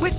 With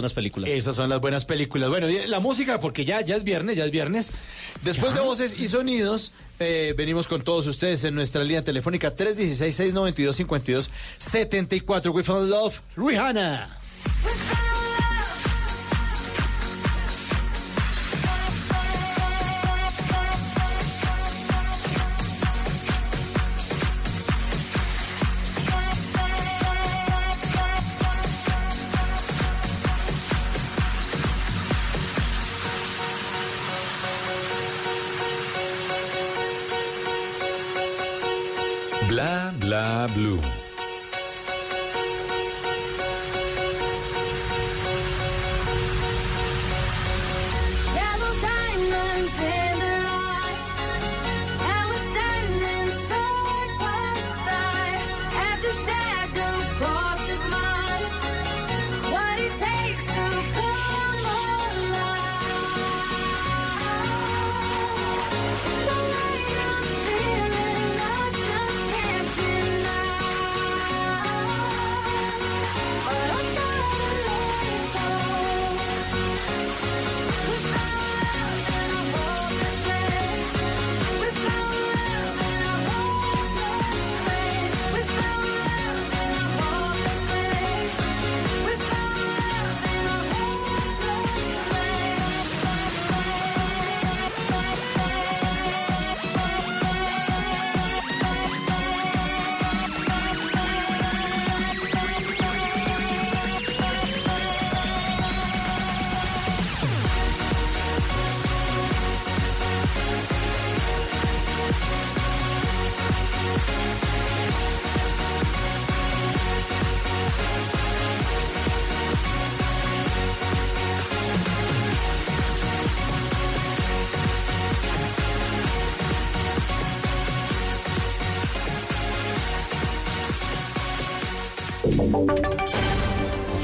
Unas películas. Esas son las buenas películas. Bueno, y la música, porque ya, ya es viernes, ya es viernes. Después de voces y sonidos, eh, venimos con todos ustedes en nuestra línea telefónica 316-692-5274. We found love, Rihanna. Bla bla blue. Double diamonds in the light, and we're standing side by side as the shadow crosses mine. What it takes to come alive. Tonight I'm feeling I just can't deny, but I gotta let go.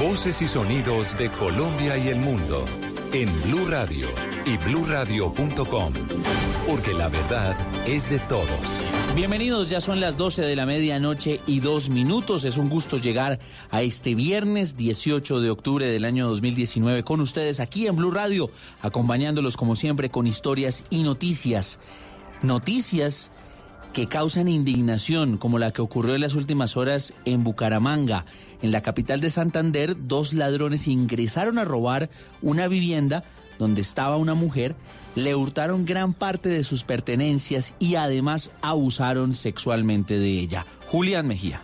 Voces y sonidos de Colombia y el mundo en Blue Radio y bluradio.com. Porque la verdad es de todos. Bienvenidos, ya son las 12 de la medianoche y dos minutos. Es un gusto llegar a este viernes 18 de octubre del año 2019 con ustedes aquí en Blue Radio, acompañándolos como siempre con historias y noticias. Noticias que causan indignación, como la que ocurrió en las últimas horas en Bucaramanga. En la capital de Santander, dos ladrones ingresaron a robar una vivienda donde estaba una mujer, le hurtaron gran parte de sus pertenencias y además abusaron sexualmente de ella. Julián Mejía.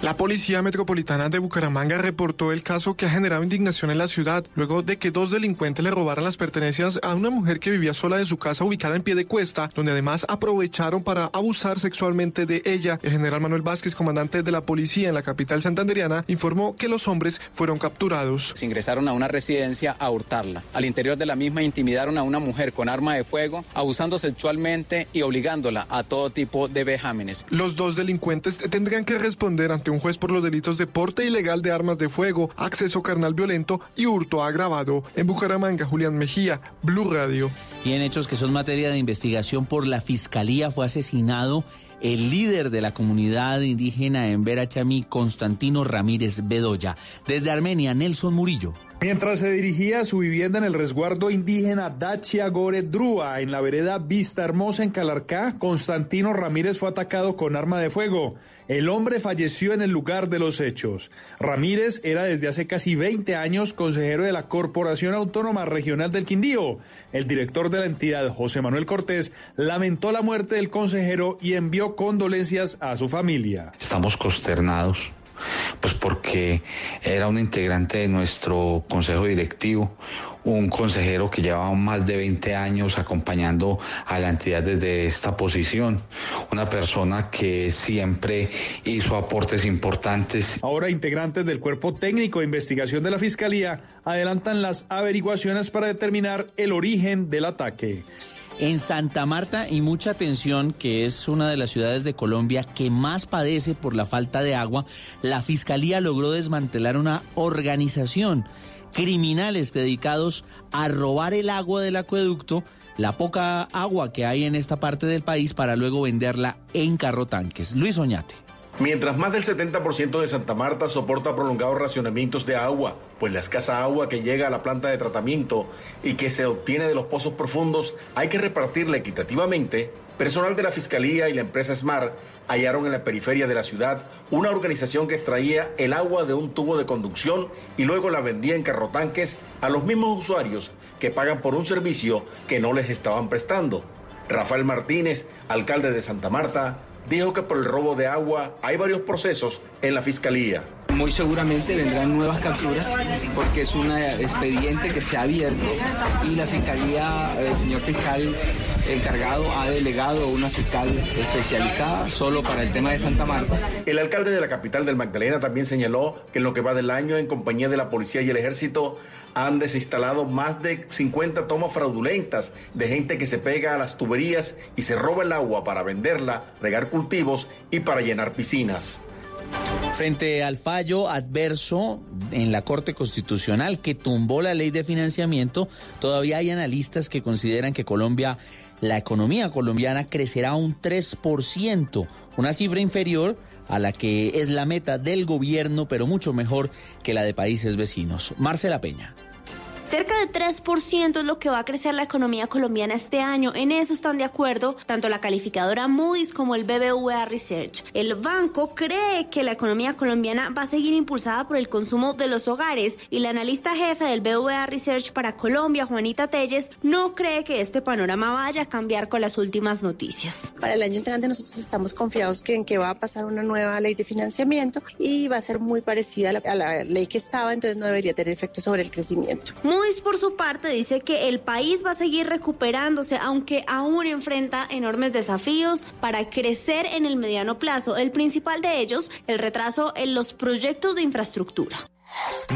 La Policía Metropolitana de Bucaramanga reportó el caso que ha generado indignación en la ciudad, luego de que dos delincuentes le robaran las pertenencias a una mujer que vivía sola en su casa ubicada en pie de cuesta, donde además aprovecharon para abusar sexualmente de ella. El general Manuel Vázquez, comandante de la policía en la capital santanderiana, informó que los hombres fueron capturados. Se ingresaron a una residencia a hurtarla. Al interior de la misma intimidaron a una mujer con arma de fuego, abusando sexualmente y obligándola a todo tipo de vejámenes. Los dos delincuentes tendrán que responder ante un juez por los delitos de porte ilegal de armas de fuego, acceso carnal violento y hurto agravado. En Bucaramanga, Julián Mejía, Blue Radio. Y en hechos que son materia de investigación por la Fiscalía fue asesinado el líder de la comunidad indígena en Verachamí, Constantino Ramírez Bedoya. Desde Armenia, Nelson Murillo. Mientras se dirigía a su vivienda en el resguardo indígena Dachia Gore Drúa, en la vereda Vista Hermosa en Calarcá, Constantino Ramírez fue atacado con arma de fuego. El hombre falleció en el lugar de los hechos. Ramírez era desde hace casi 20 años consejero de la Corporación Autónoma Regional del Quindío. El director de la entidad, José Manuel Cortés, lamentó la muerte del consejero y envió condolencias a su familia. Estamos consternados pues porque era un integrante de nuestro consejo directivo, un consejero que llevaba más de 20 años acompañando a la entidad desde esta posición, una persona que siempre hizo aportes importantes. Ahora integrantes del cuerpo técnico de investigación de la Fiscalía adelantan las averiguaciones para determinar el origen del ataque. En Santa Marta, y mucha atención, que es una de las ciudades de Colombia que más padece por la falta de agua, la Fiscalía logró desmantelar una organización, criminales dedicados a robar el agua del acueducto, la poca agua que hay en esta parte del país, para luego venderla en carrotanques. Luis Oñate. Mientras más del 70% de Santa Marta soporta prolongados racionamientos de agua, pues la escasa agua que llega a la planta de tratamiento y que se obtiene de los pozos profundos hay que repartirla equitativamente, personal de la Fiscalía y la empresa SMART hallaron en la periferia de la ciudad una organización que extraía el agua de un tubo de conducción y luego la vendía en carrotanques a los mismos usuarios que pagan por un servicio que no les estaban prestando. Rafael Martínez, alcalde de Santa Marta, dijo que por el robo de agua hay varios procesos en la fiscalía. Muy seguramente vendrán nuevas capturas porque es un eh, expediente que se ha abierto y la fiscalía, eh, el señor fiscal encargado, ha delegado una fiscal especializada solo para el tema de Santa Marta. El alcalde de la capital del Magdalena también señaló que en lo que va del año, en compañía de la policía y el ejército, han desinstalado más de 50 tomas fraudulentas de gente que se pega a las tuberías y se roba el agua para venderla, regar cultivos y para llenar piscinas. Frente al fallo adverso en la Corte Constitucional que tumbó la ley de financiamiento, todavía hay analistas que consideran que Colombia, la economía colombiana crecerá un 3%, una cifra inferior a la que es la meta del gobierno, pero mucho mejor que la de países vecinos. Marcela Peña. Cerca de 3% es lo que va a crecer la economía colombiana este año. En eso están de acuerdo tanto la calificadora Moody's como el BBVA Research. El banco cree que la economía colombiana va a seguir impulsada por el consumo de los hogares y la analista jefe del BBVA Research para Colombia, Juanita Telles, no cree que este panorama vaya a cambiar con las últimas noticias. Para el año entrante nosotros estamos confiados que en que va a pasar una nueva ley de financiamiento y va a ser muy parecida a la, a la ley que estaba, entonces no debería tener efecto sobre el crecimiento. Moody's, por su parte, dice que el país va a seguir recuperándose, aunque aún enfrenta enormes desafíos para crecer en el mediano plazo. El principal de ellos, el retraso en los proyectos de infraestructura.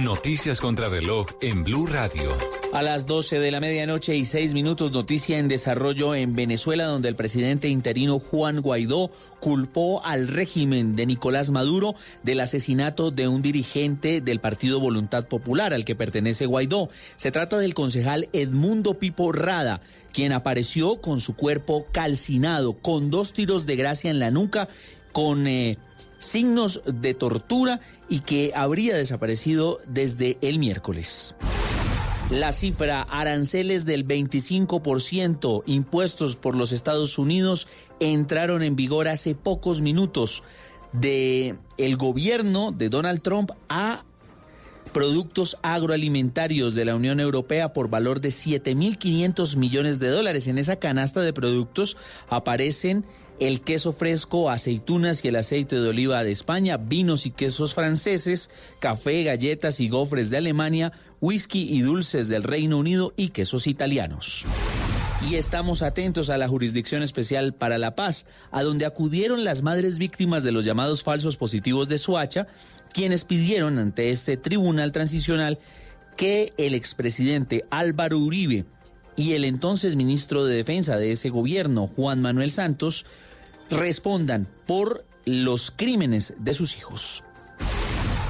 Noticias contra reloj en Blue Radio. A las 12 de la medianoche y 6 minutos, noticia en desarrollo en Venezuela, donde el presidente interino Juan Guaidó culpó al régimen de Nicolás Maduro del asesinato de un dirigente del Partido Voluntad Popular al que pertenece Guaidó. Se trata del concejal Edmundo Pipo Rada, quien apareció con su cuerpo calcinado, con dos tiros de gracia en la nuca, con... Eh, signos de tortura y que habría desaparecido desde el miércoles. La cifra aranceles del 25% impuestos por los Estados Unidos entraron en vigor hace pocos minutos de el gobierno de Donald Trump a productos agroalimentarios de la Unión Europea por valor de 7.500 millones de dólares. En esa canasta de productos aparecen el queso fresco, aceitunas y el aceite de oliva de España, vinos y quesos franceses, café, galletas y gofres de Alemania, whisky y dulces del Reino Unido y quesos italianos. Y estamos atentos a la Jurisdicción Especial para la Paz, a donde acudieron las madres víctimas de los llamados falsos positivos de Soacha, quienes pidieron ante este tribunal transicional que el expresidente Álvaro Uribe y el entonces ministro de Defensa de ese gobierno, Juan Manuel Santos, respondan por los crímenes de sus hijos.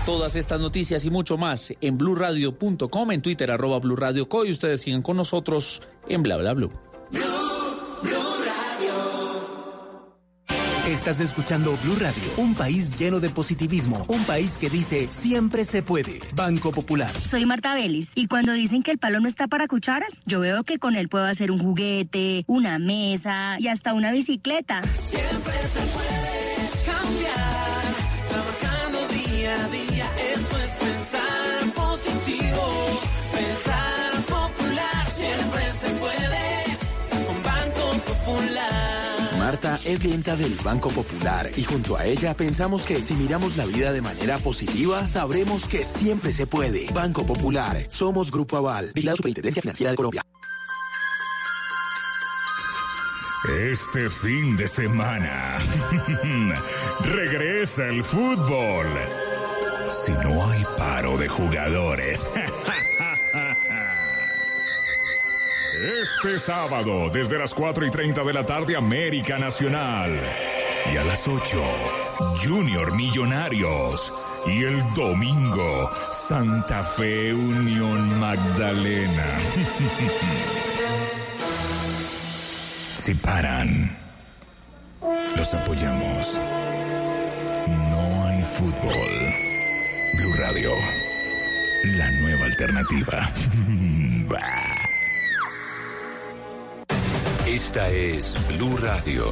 Todas estas noticias y mucho más en blurradio.com, en Twitter arroba blurradioco y ustedes sigan con nosotros en bla bla bla. Estás escuchando Blue Radio, un país lleno de positivismo, un país que dice siempre se puede. Banco Popular. Soy Marta Vélez y cuando dicen que el palo no está para cucharas, yo veo que con él puedo hacer un juguete, una mesa y hasta una bicicleta. Siempre se puede cambiar, trabajando día a día, eso es pensar positivo, pensar popular, siempre se puede con Banco Popular. Marta es lenta del Banco Popular y junto a ella pensamos que si miramos la vida de manera positiva, sabremos que siempre se puede. Banco Popular, somos Grupo Aval, y la Superintendencia Financiera de Colombia. Este fin de semana regresa el fútbol. Si no hay paro de jugadores. Este sábado, desde las 4 y 30 de la tarde, América Nacional. Y a las 8, Junior Millonarios. Y el domingo, Santa Fe Unión Magdalena. Si paran, los apoyamos. No hay fútbol. Blue Radio, la nueva alternativa. Bah. Esta es Blue Radio.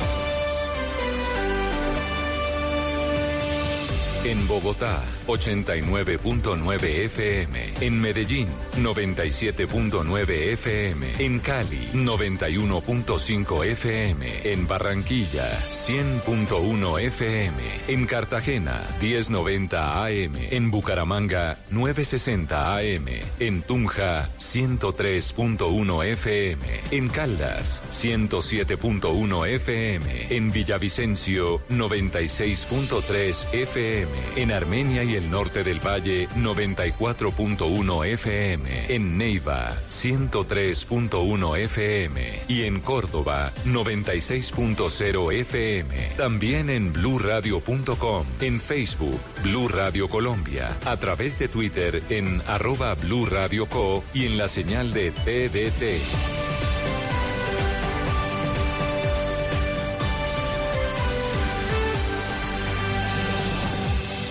En Bogotá, 89.9 FM. En Medellín, 97.9 FM. En Cali, 91.5 FM. En Barranquilla, 100.1 FM. En Cartagena, 1090 AM. En Bucaramanga, 960 AM. En Tunja, 103.1 FM. En Caldas, 107.1 FM. En Villavicencio, 96.3 FM. En Armenia y el norte del valle, 94.1 FM. En Neiva, 103.1 FM. Y en Córdoba, 96.0 FM. También en bluradio.com. En Facebook, Blue Radio Colombia. A través de Twitter, en arroba Blue Radio Co. Y en la señal de TDT.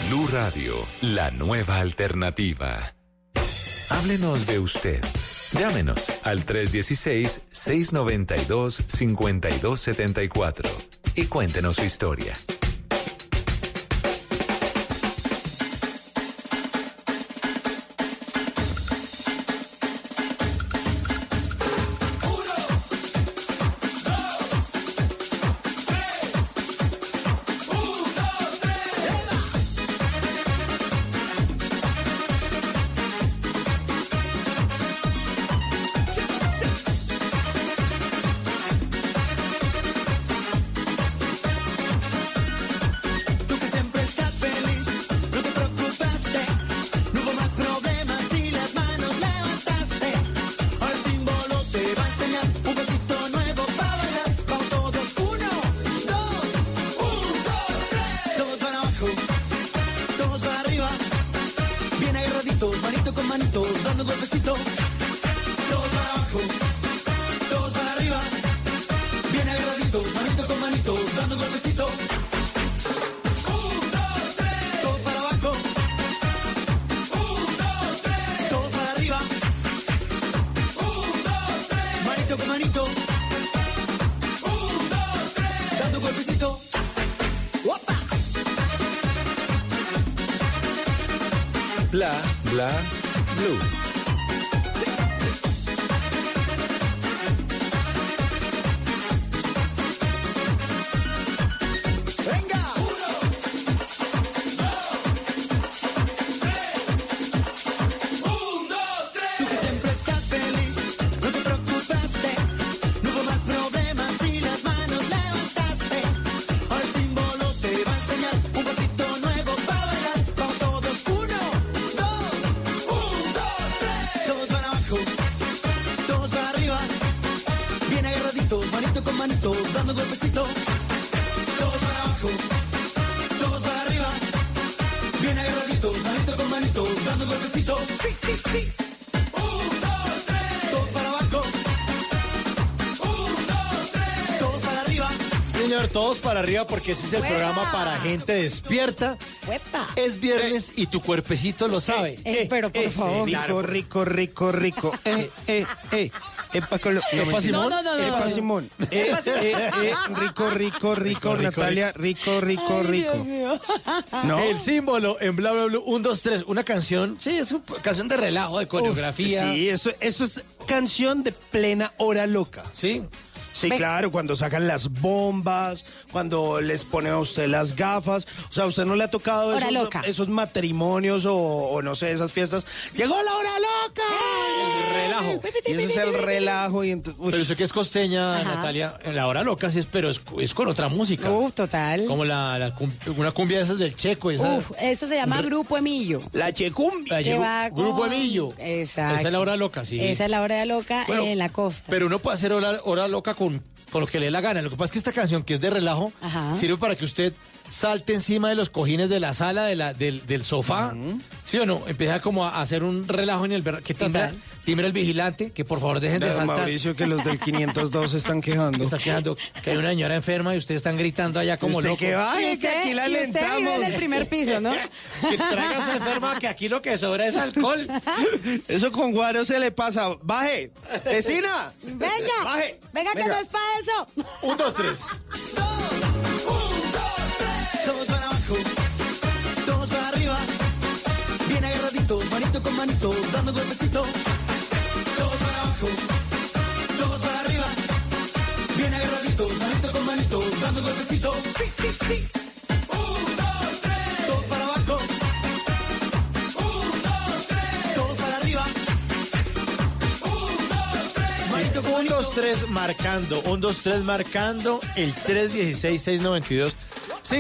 Blue Radio, la nueva alternativa. Háblenos de usted. Llámenos al 316-692-5274 y cuéntenos su historia. Tú que siempre estás feliz, no te preocupaste, no hubo más problemas y las manos levantaste. Ahora el símbolo te va a enseñar un besito nuevo para bailar. Vamos todos, uno, dos, un, dos, tres. Todos para abajo, todos para arriba. Bien agarraditos, manito con manito, dando golpecito. Todos para abajo, todos para arriba. Bien agarraditos, manito con manito, dando golpecito. Todo para abajo. Un, dos, tres. Todo para arriba. Un, dos, tres. Manito con manito. Un, dos, tres. Dando golpecito. ¡Opa! Bla, bla, blue. ¡Venga! Uno, dos, tres. Un, dos, tres. Tú que siempre estás feliz, no te preocupaste. No hubo más problemas y las manos levantaste. Ahora el símbolo te va a enseñar un pasito nuevo para bailar. Vamos todos, uno, dos, un, dos, tres. Todos para abajo, todos para arriba. Bien agarraditos, manito con manito, dando golpecito. Todos para abajo, todos para arriba. Bien agarraditos, manito con manito, dando golpecito. Sí, sí, sí. Un, dos, tres. Todos para abajo. Un, dos, tres. Todos para arriba. Señor, todos para arriba porque ese es el Uepa. programa para gente despierta. Es viernes y tu cuerpecito lo sabe. Eh, pero por favor. Eh, claro. Rico, rico, rico, rico. Eh, eh, eh. Epa, Colo- ¿Epa, mentira. Simón? No, no, no, Epa, no. Simón. Eh, Epa, Simón. eh, eh, rico, rico, rico, Natalia. Rico, rico, rico. ¿No? El símbolo en bla bla bla 1 2 3, una canción, sí, es una canción de relajo, de coreografía. Uf, sí, eso, eso es canción de plena hora loca. Sí. Sí, Ve- claro, cuando sacan las bombas, cuando les ponen a usted las gafas. O sea, ¿a usted no le ha tocado Hora esos, loca. esos matrimonios o, o no sé, esas fiestas? ¡Llegó la hora loca! Relajo. Y eso es el relajo. Y ento- uy. Pero eso que es costeña, Ajá. Natalia, en la hora loca sí es, pero es, es con otra música. total. Como la, la cum- una cumbia de esas del checo. Esa, Uf, eso se llama Re- Grupo Emilio. La checumbia. Que va Grupo con- Emillo. Exacto. Esa es la hora loca, sí. Esa es la hora loca Bueno, en la costa. Pero uno puede hacer hora, hora loca con, con lo que le dé la gana. Lo que pasa es que esta canción, que es de relajo, Ajá. sirve para que usted salte encima de los cojines de la sala, de la, del, del sofá. ¿Sí o no? Empieza como a hacer un relajo en el... ver- Que timbra, timbra el vigilante, que por favor dejen de Don saltar. Mauricio, que los del 502 se están quejando. Está quejando que hay una señora enferma y ustedes están gritando allá como ¿Usted locos. qué va? Y usted- y usted vive en el primer piso, ¿no? que traigas enferma, que aquí lo que sobra es alcohol. Eso con Guaro se le pasa. ¡Baje! ¡Vecina! ¡Venga! Baje. ¡Venga, que Venga. no es para eso! Un, dos, tres. Todos para abajo, todos para arriba. Bien agarraditos, manito con manito, dando golpecito. Todos para abajo, todos para arriba. Bien agarraditos, manito con manito, dando golpecito. Sí, sí, sí. Un, dos, tres. Todos para abajo. Un, dos, tres. Todos para arriba. Manito con 1, 2, 3 marcando, 1, 2, 3 marcando el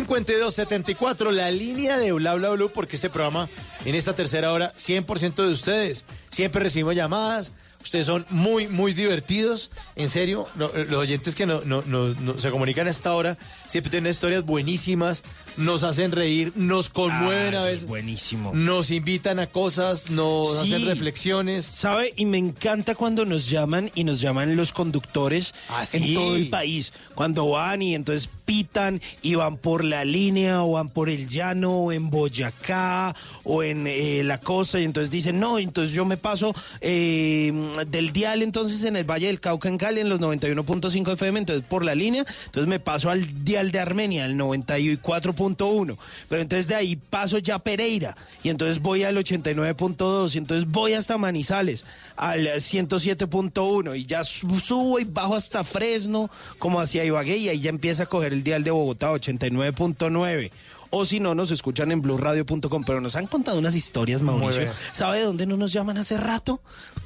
316-692-5274, la línea de Bla Bla Blue, porque este programa en esta tercera hora, 100% de ustedes. Siempre recibimos llamadas, ustedes son muy, muy divertidos, en serio, no, eh, los oyentes que no, no- no- no- se comunican a esta hora siempre tienen historias buenísimas, nos hacen reír, nos conmueven Ah, a eso es veces. buenísimo. Nos invitan a cosas, nos Sí. hacen reflexiones. ¿Sabe? Y me encanta cuando nos llaman y nos llaman los conductores Ah, sí. en todo el país. Cuando van y entonces pitan y van por la línea o van por el llano o en Boyacá o en eh, la costa y entonces dicen, no, entonces yo me paso eh, del dial entonces en el Valle del Cauca en Cali en los 91.5 FM, entonces por la línea, entonces me paso al dial de Armenia, el 94.1, pero entonces de ahí paso ya a Pereira y entonces voy al 89.2 y entonces voy hasta Manizales al 107.1 y ya su- subo y bajo hasta Fresno como hacia Ibagué y ahí ya empieza a coger el dial de Bogotá 89.9. O si no, nos escuchan en blueradio.com, pero nos han contado unas historias, Mauricio. buenas. ¿Sabe de dónde no nos llaman hace rato?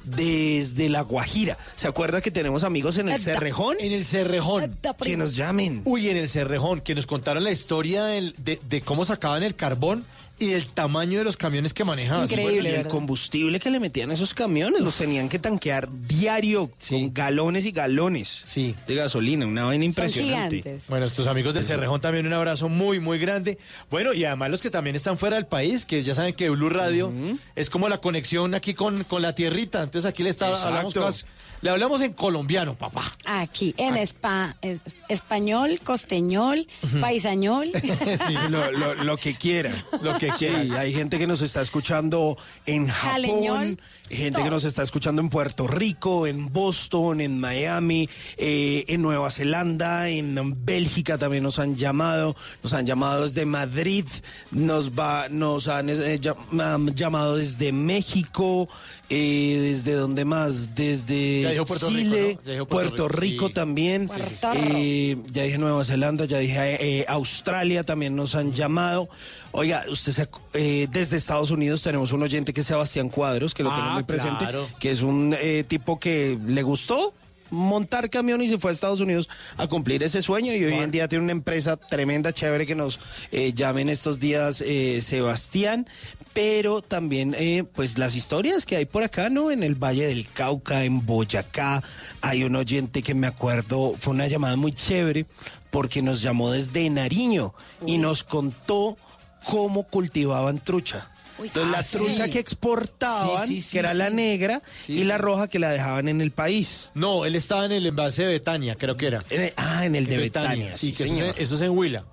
Desde La Guajira. ¿Se acuerda que tenemos amigos en el Cerrejón? En el Cerrejón. Que nos llamen. Uy, en el Cerrejón, que nos contaron la historia del- de, de cómo sacaban el carbón y del tamaño de los camiones que manejaban. Y el combustible que le metían a esos camiones, los tenían que tanquear diario con galones y galones de gasolina, una vaina impresionante. Bueno, estos amigos del Cerrejón también un abrazo muy, muy grande. Bueno, y además los que también están fuera del país, que ya saben que Blue Radio es como la conexión aquí con, con la tierrita. Entonces aquí le, está, Exacto. hablamos cosas- le hablamos en colombiano, papá. Aquí, en espa- es- español, costeñol, paisañol. lo, lo- lo que quiera. Lo que quiera. Sí, hay gente que nos está escuchando en Japón, Jaleñol, gente todo. que nos está escuchando en Puerto Rico, en Boston, en Miami, eh, en Nueva Zelanda, en Bélgica también nos han llamado, nos han llamado desde Madrid, nos va, nos han eh, llam- han llamado desde México, eh, desde dónde más, desde Ya dijo Puerto Rico, Chile, ¿no? Ya dijo Puerto Puerto, Rico, Rico sí. también. Sí, sí, sí. Eh, ya dije Nueva Zelanda, ya dije eh, Australia, también nos han llamado. Oiga, usted se acu- eh, desde Estados Unidos tenemos un oyente que es Sebastián Cuadros, que lo tengo Ah, muy presente, claro. que es un eh, tipo que le gustó montar camión y se fue a Estados Unidos a cumplir ese sueño y hoy en día tiene una empresa tremenda, chévere que nos eh, llamen estos días eh, Sebastián, pero también eh, pues las historias que hay por acá, ¿no? En el Valle del Cauca, en Boyacá, hay un oyente que me acuerdo, fue una llamada muy chévere porque nos llamó desde Nariño y nos contó cómo cultivaban trucha. Uy, Entonces, ah, la sí. trucha que exportaban, Sí, sí, sí, que era la sí. negra, Sí, y la sí. roja que la dejaban en el país. No, él estaba en el envase de Betania, creo que era. ah, en el de Betania, Sí, sí, que eso es en- señor. eso es en Huila.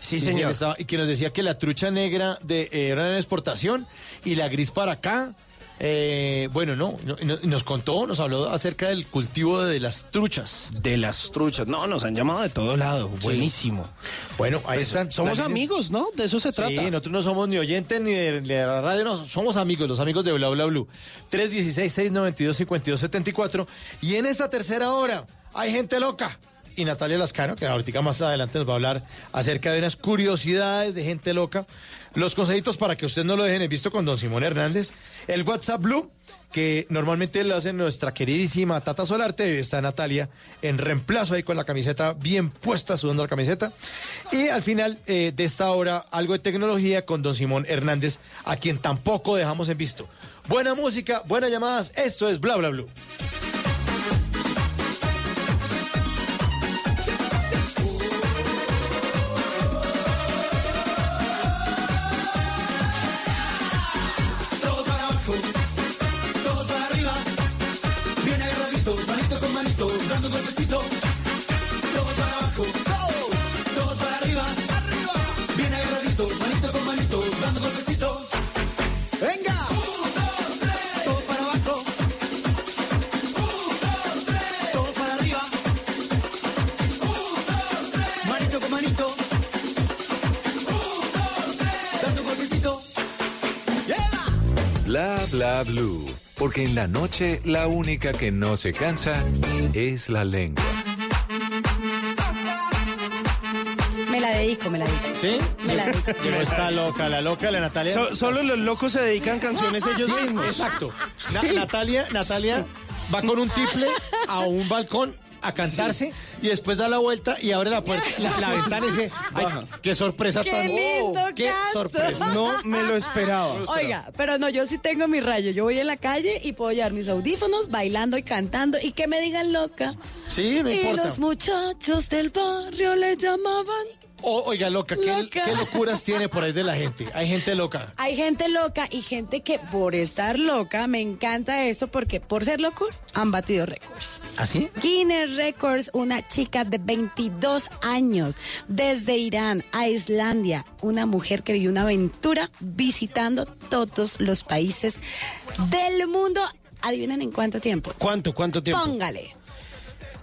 Sí, señor. estaba- y que nos decía que la trucha negra de, eh, era de exportación y la gris para acá. eh, bueno, no, no, no- nos contó, nos habló acerca del cultivo de las truchas. De las truchas. No, nos han llamado de todos lados. Buenísimo. Bueno, ahí Pues, están. somos Las líneas- amigos, ¿no? De eso se trata. Sí, nosotros no somos ni oyentes ni de, de la radio, no, somos amigos, los amigos de Bla Bla Blue. 316-692-5274. Y en esta tercera hora, hay gente loca. Y Natalia Lascano, que ahorita más adelante nos va a hablar acerca de unas curiosidades de gente loca. Los consejitos para que usted no lo dejen en visto con don Simón Hernández. El WhatsApp Blue, que normalmente lo hace nuestra queridísima Tata Solarte. y Está Natalia en reemplazo ahí con la camiseta bien puesta, sudando la camiseta. Y al final eh, de esta hora, algo de tecnología con don Simón Hernández, a quien tampoco dejamos en visto. Buena música, buenas llamadas. Esto es Bla Bla Blue. Todos para abajo, todos para arriba. Bien agarraditos, manito con manito, dando un golpecito. Todos para abajo, todos para arriba. Arriba. Bien agarraditos, manito con manito, dando un golpecito. Venga. Un, dos, tres. Todos para abajo. Un, dos, tres. Todos para arriba. Un, dos, tres. Manito con manito. Un, dos, tres. Dando un golpecito. ¡Lleva! Bla bla blue, porque en la noche la única que no se cansa es la lengua. Me la dedico, me la dedico. ¿Sí? Me la dedico. Que no está loca, la loca, la Natalia. Ah, So- solo los locos se dedican canciones ellos Sí, mismos. Exacto. Na- Natalia, Natalia va con un tiple a un balcón a cantarse y después da la vuelta y abre la puerta, la, la ventana y dice, ay, qué sorpresa ¡Qué tan lindo ¡Qué canto! sorpresa! No me lo esperaba. Oiga, pero no, yo sí tengo mi rayo. Yo voy en la calle y puedo llevar mis audífonos bailando y cantando y que me digan loca. Sí, no y importa. los muchachos del barrio le llamaban. O- oiga, loca, ¿qué, Loca. qué locuras tiene por ahí de la gente? Hay gente loca. Hay gente loca y gente que por estar loca, me encanta esto porque por ser locos han batido récords. ¿Así? Guinness Records, una chica de 22 años desde Irán a Islandia, una mujer que vivió una aventura visitando todos los países del mundo. Adivinen en cuánto tiempo. ¿Cuánto, cuánto tiempo? Póngale.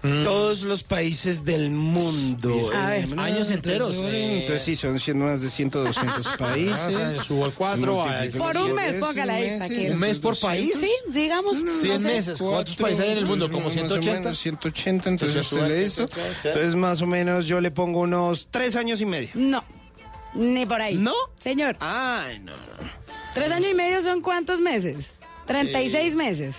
Mm. Todos los países del mundo. A ver. Eh, Años enteros. Ah, Entonces sí, Ah, son cien- más de 100, 200 países. Subo al cuatro, al- Por un mes, póngale ahí. para que- ¿Un mes por país? Sí, digamos. no Mm, Cien sé. meses. ¿Cuántos países hay en el mundo? ¿Como Más o 180? menos 180, entonces Entonces, usted le sube, hizo. sube, sube. Entonces más o menos yo le pongo unos tres años y medio. No, ni por ahí. ¿No? Señor. Ay, no. ¿Tres años y medio son cuántos meses? 36 Eh, meses.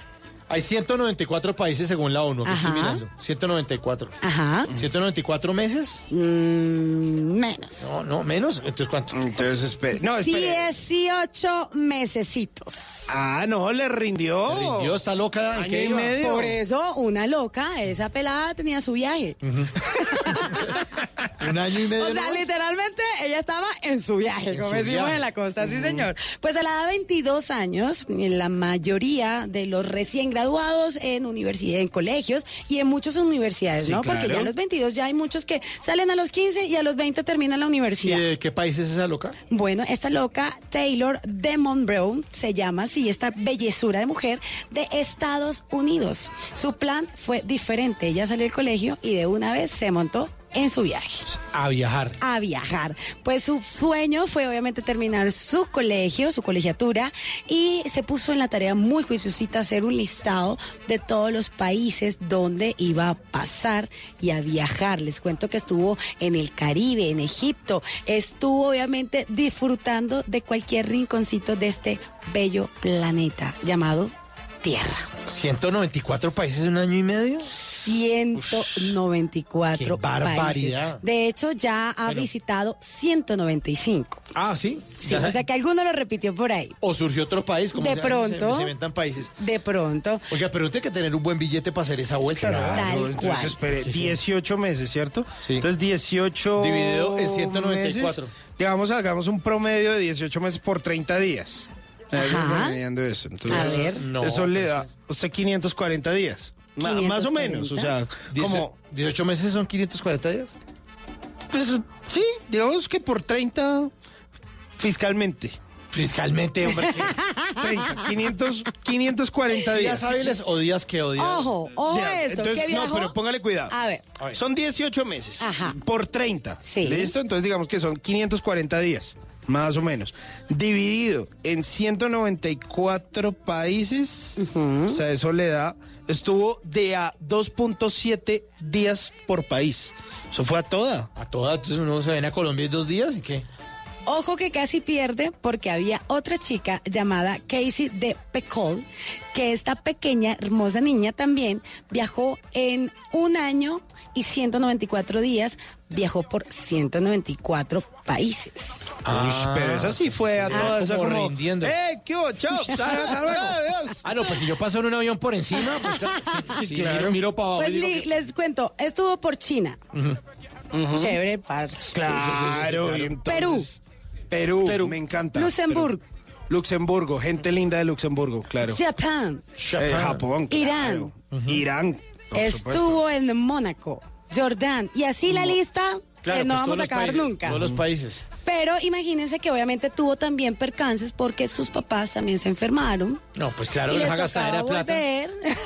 Hay 194 países según la ONU, que estoy Ajá. mirando. 194. Ajá. Mm, ¿194 meses? menos. eh, No, no, menos. Entonces, ¿cuánto? Entonces, espere. 18 mesecitos. Ah, no, le rindió. Oh, Rindió, está loca. ¿en Año qué y iba? medio. Por eso, una loca, esa pelada tenía su viaje. Un año y medio. O sea, ¿no? literalmente ella estaba en su viaje, En como su decimos viaje. en la costa, sí señor. Pues a la edad de 22 años, eh, la mayoría de los recién graduados en universidad, en colegios y en muchas universidades, Sí, ¿no? Porque claro. ya a los 22 ya hay muchos que salen a los 15 y a los 20 terminan la ¿Y universidad. de qué país es esa loca? Bueno, esta loca Taylor Demon Brown se llama así, esta bellezura de mujer de Estados Unidos. Su plan fue diferente. Ella salió del colegio y de una vez se montó en su viaje A viajar. a viajar. Pues su sueño fue obviamente terminar su colegio, su colegiatura, y se puso en la tarea muy juiciosita hacer un listado de todos los países donde iba a pasar y a viajar. Les cuento que estuvo en el Caribe, en Egipto, estuvo obviamente disfrutando de cualquier rinconcito de este bello planeta llamado Tierra. 194 países en un año y medio. Qué 194 barbaridad. países. De hecho, ya ha Pero- visitado 195. Ah, sí. Sí, Ya o sa- sea que alguno lo repitió por ahí. o surgió otro país, como De se- pronto. se, se inventan países. De pronto. Oiga, pero usted hay que tener un buen billete para hacer esa vuelta, ¿no? Claro, Tal entonces, cual. espere, Sí, sí. 18 meses, ¿cierto? Entonces, 18 Dividido en 194. meses, digamos, hagamos un promedio de 18 meses por 30 días. Ahí Ajá. vamos promediando eso. Entonces, A ver. No, eso pues le da usted 540 días. Ma- Más o menos, o sea, 10 como... 18 meses son 540 días. pues, sí, digamos que por 30 fiscalmente. Fiscalmente, hombre. 30, 500, 540 días. días hábiles o días que odias. Ojo, ojo Días. Oh, esto. Entonces, ¿qué viajó? no, pero póngale cuidado. A ver. Son 18 meses. Ajá. Por 30. Sí. ¿Listo? Entonces digamos que son 540 días. Más o menos. Dividido en 194 países. O sea, eso le da. Estuvo de a 2.7 días por país. Eso fue a toda. A toda. Entonces uno se viene a Colombia en dos días y qué. Ojo que casi pierde porque había otra chica llamada Casey de Pecol, que esta pequeña, hermosa niña también viajó en un año y 194 días, viajó por 194 países. Uy, pero esa sí fue a Ah, toda esa como como, rindiendo. ¡Eh, qué Oh, hubo! ¡Chao! ¡Hasta luego! Adiós". Ah, no, pues si yo paso en un avión por encima, pues claro, sí, sí, claro. miro, miro para abajo. Pues y digo li- que- les cuento, estuvo por China, Ujú. Chévere, parche. Claro, Sí, sí, sí, sí, claro. y entonces- Perú. Perú, me encanta. Luxemburgo. Perú. Luxemburgo, gente linda de Luxemburgo, claro. Japón, Eh, Japón, claro. Irán, Irán. por supuesto. estuvo en Mónaco, Jordán, y así la lista Claro, que no pues, todos vamos a los acabar países- nunca. Todos los países. Pero imagínense que obviamente tuvo también percances porque sus papás también se enfermaron. No, pues claro, y les les haga gastar tocaba era plata. volver.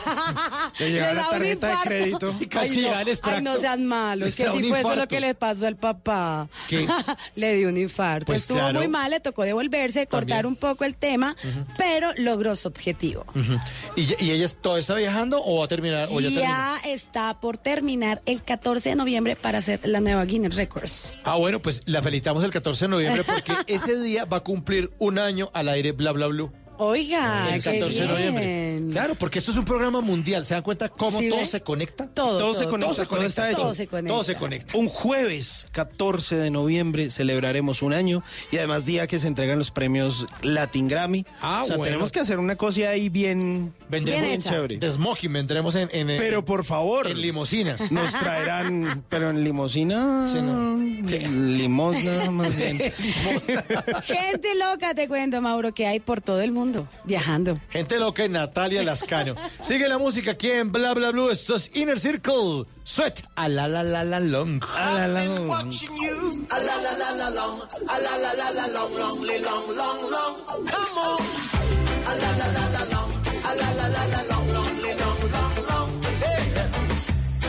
Le llegaba la da un tarjeta de infarto. crédito. Y casi Ay, no, llegaba el extracto. ay, no sean malos, Les que da un si fue eso infarto. lo que le pasó al papá. ¿Qué? le dio un infarto. Pues Estuvo claro. muy mal, le tocó devolverse, cortar un poco el tema, pero logró su objetivo. Ujú. ¿Y, ya- y ella es- todavía está viajando o va a terminar? O Oh, ya ya terminó? está por terminar el 14 de noviembre para hacer la nueva Guinness Records. Ah, bueno, pues la felicitamos el 14 de noviembre porque ese día va a cumplir un año al aire Bla Bla Blue. Oiga, Ah, el Ah, qué 14 de noviembre. bien. Claro, porque esto es un programa mundial. ¿Se dan cuenta cómo ¿Sí todo ve? se conecta? Todo, Todo se todo, conecta, todo se todo está conecta, hecho. todo se conecta. Todo se conecta. Un jueves 14 de noviembre celebraremos un año y además día que se entregan los premios Latin Grammy. Ah, o sea, bueno. tenemos que hacer una cosa ahí bien, Vendremos bien chévere. de smoking, vendremos en, en- en- Pero por favor, en limusina. nos traerán, pero en limosina, Sí, no. limosna más bien. Gente loca, te cuento, Mauro, que hay por todo el mundo viajando. Gente loca es Natalia Lascano. Sigue la música aquí en Bla Bla Blue. Esto es Inner Circle. Sweat. A la la la la long. A la la long.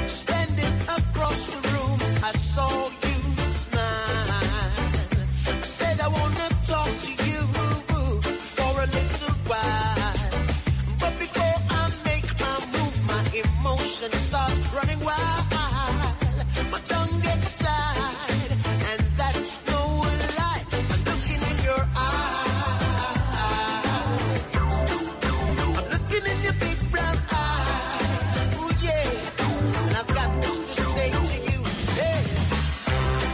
Standing across the room, I saw you smile. Said I wanna talk to you for a little while. But before I make my move, my emotions start running wild. My tongue gets tied, and that's no lie. I'm looking in your eyes. I'm looking in your big brown eyes. Ooh, yeah. And I've got this to say to you. Hey,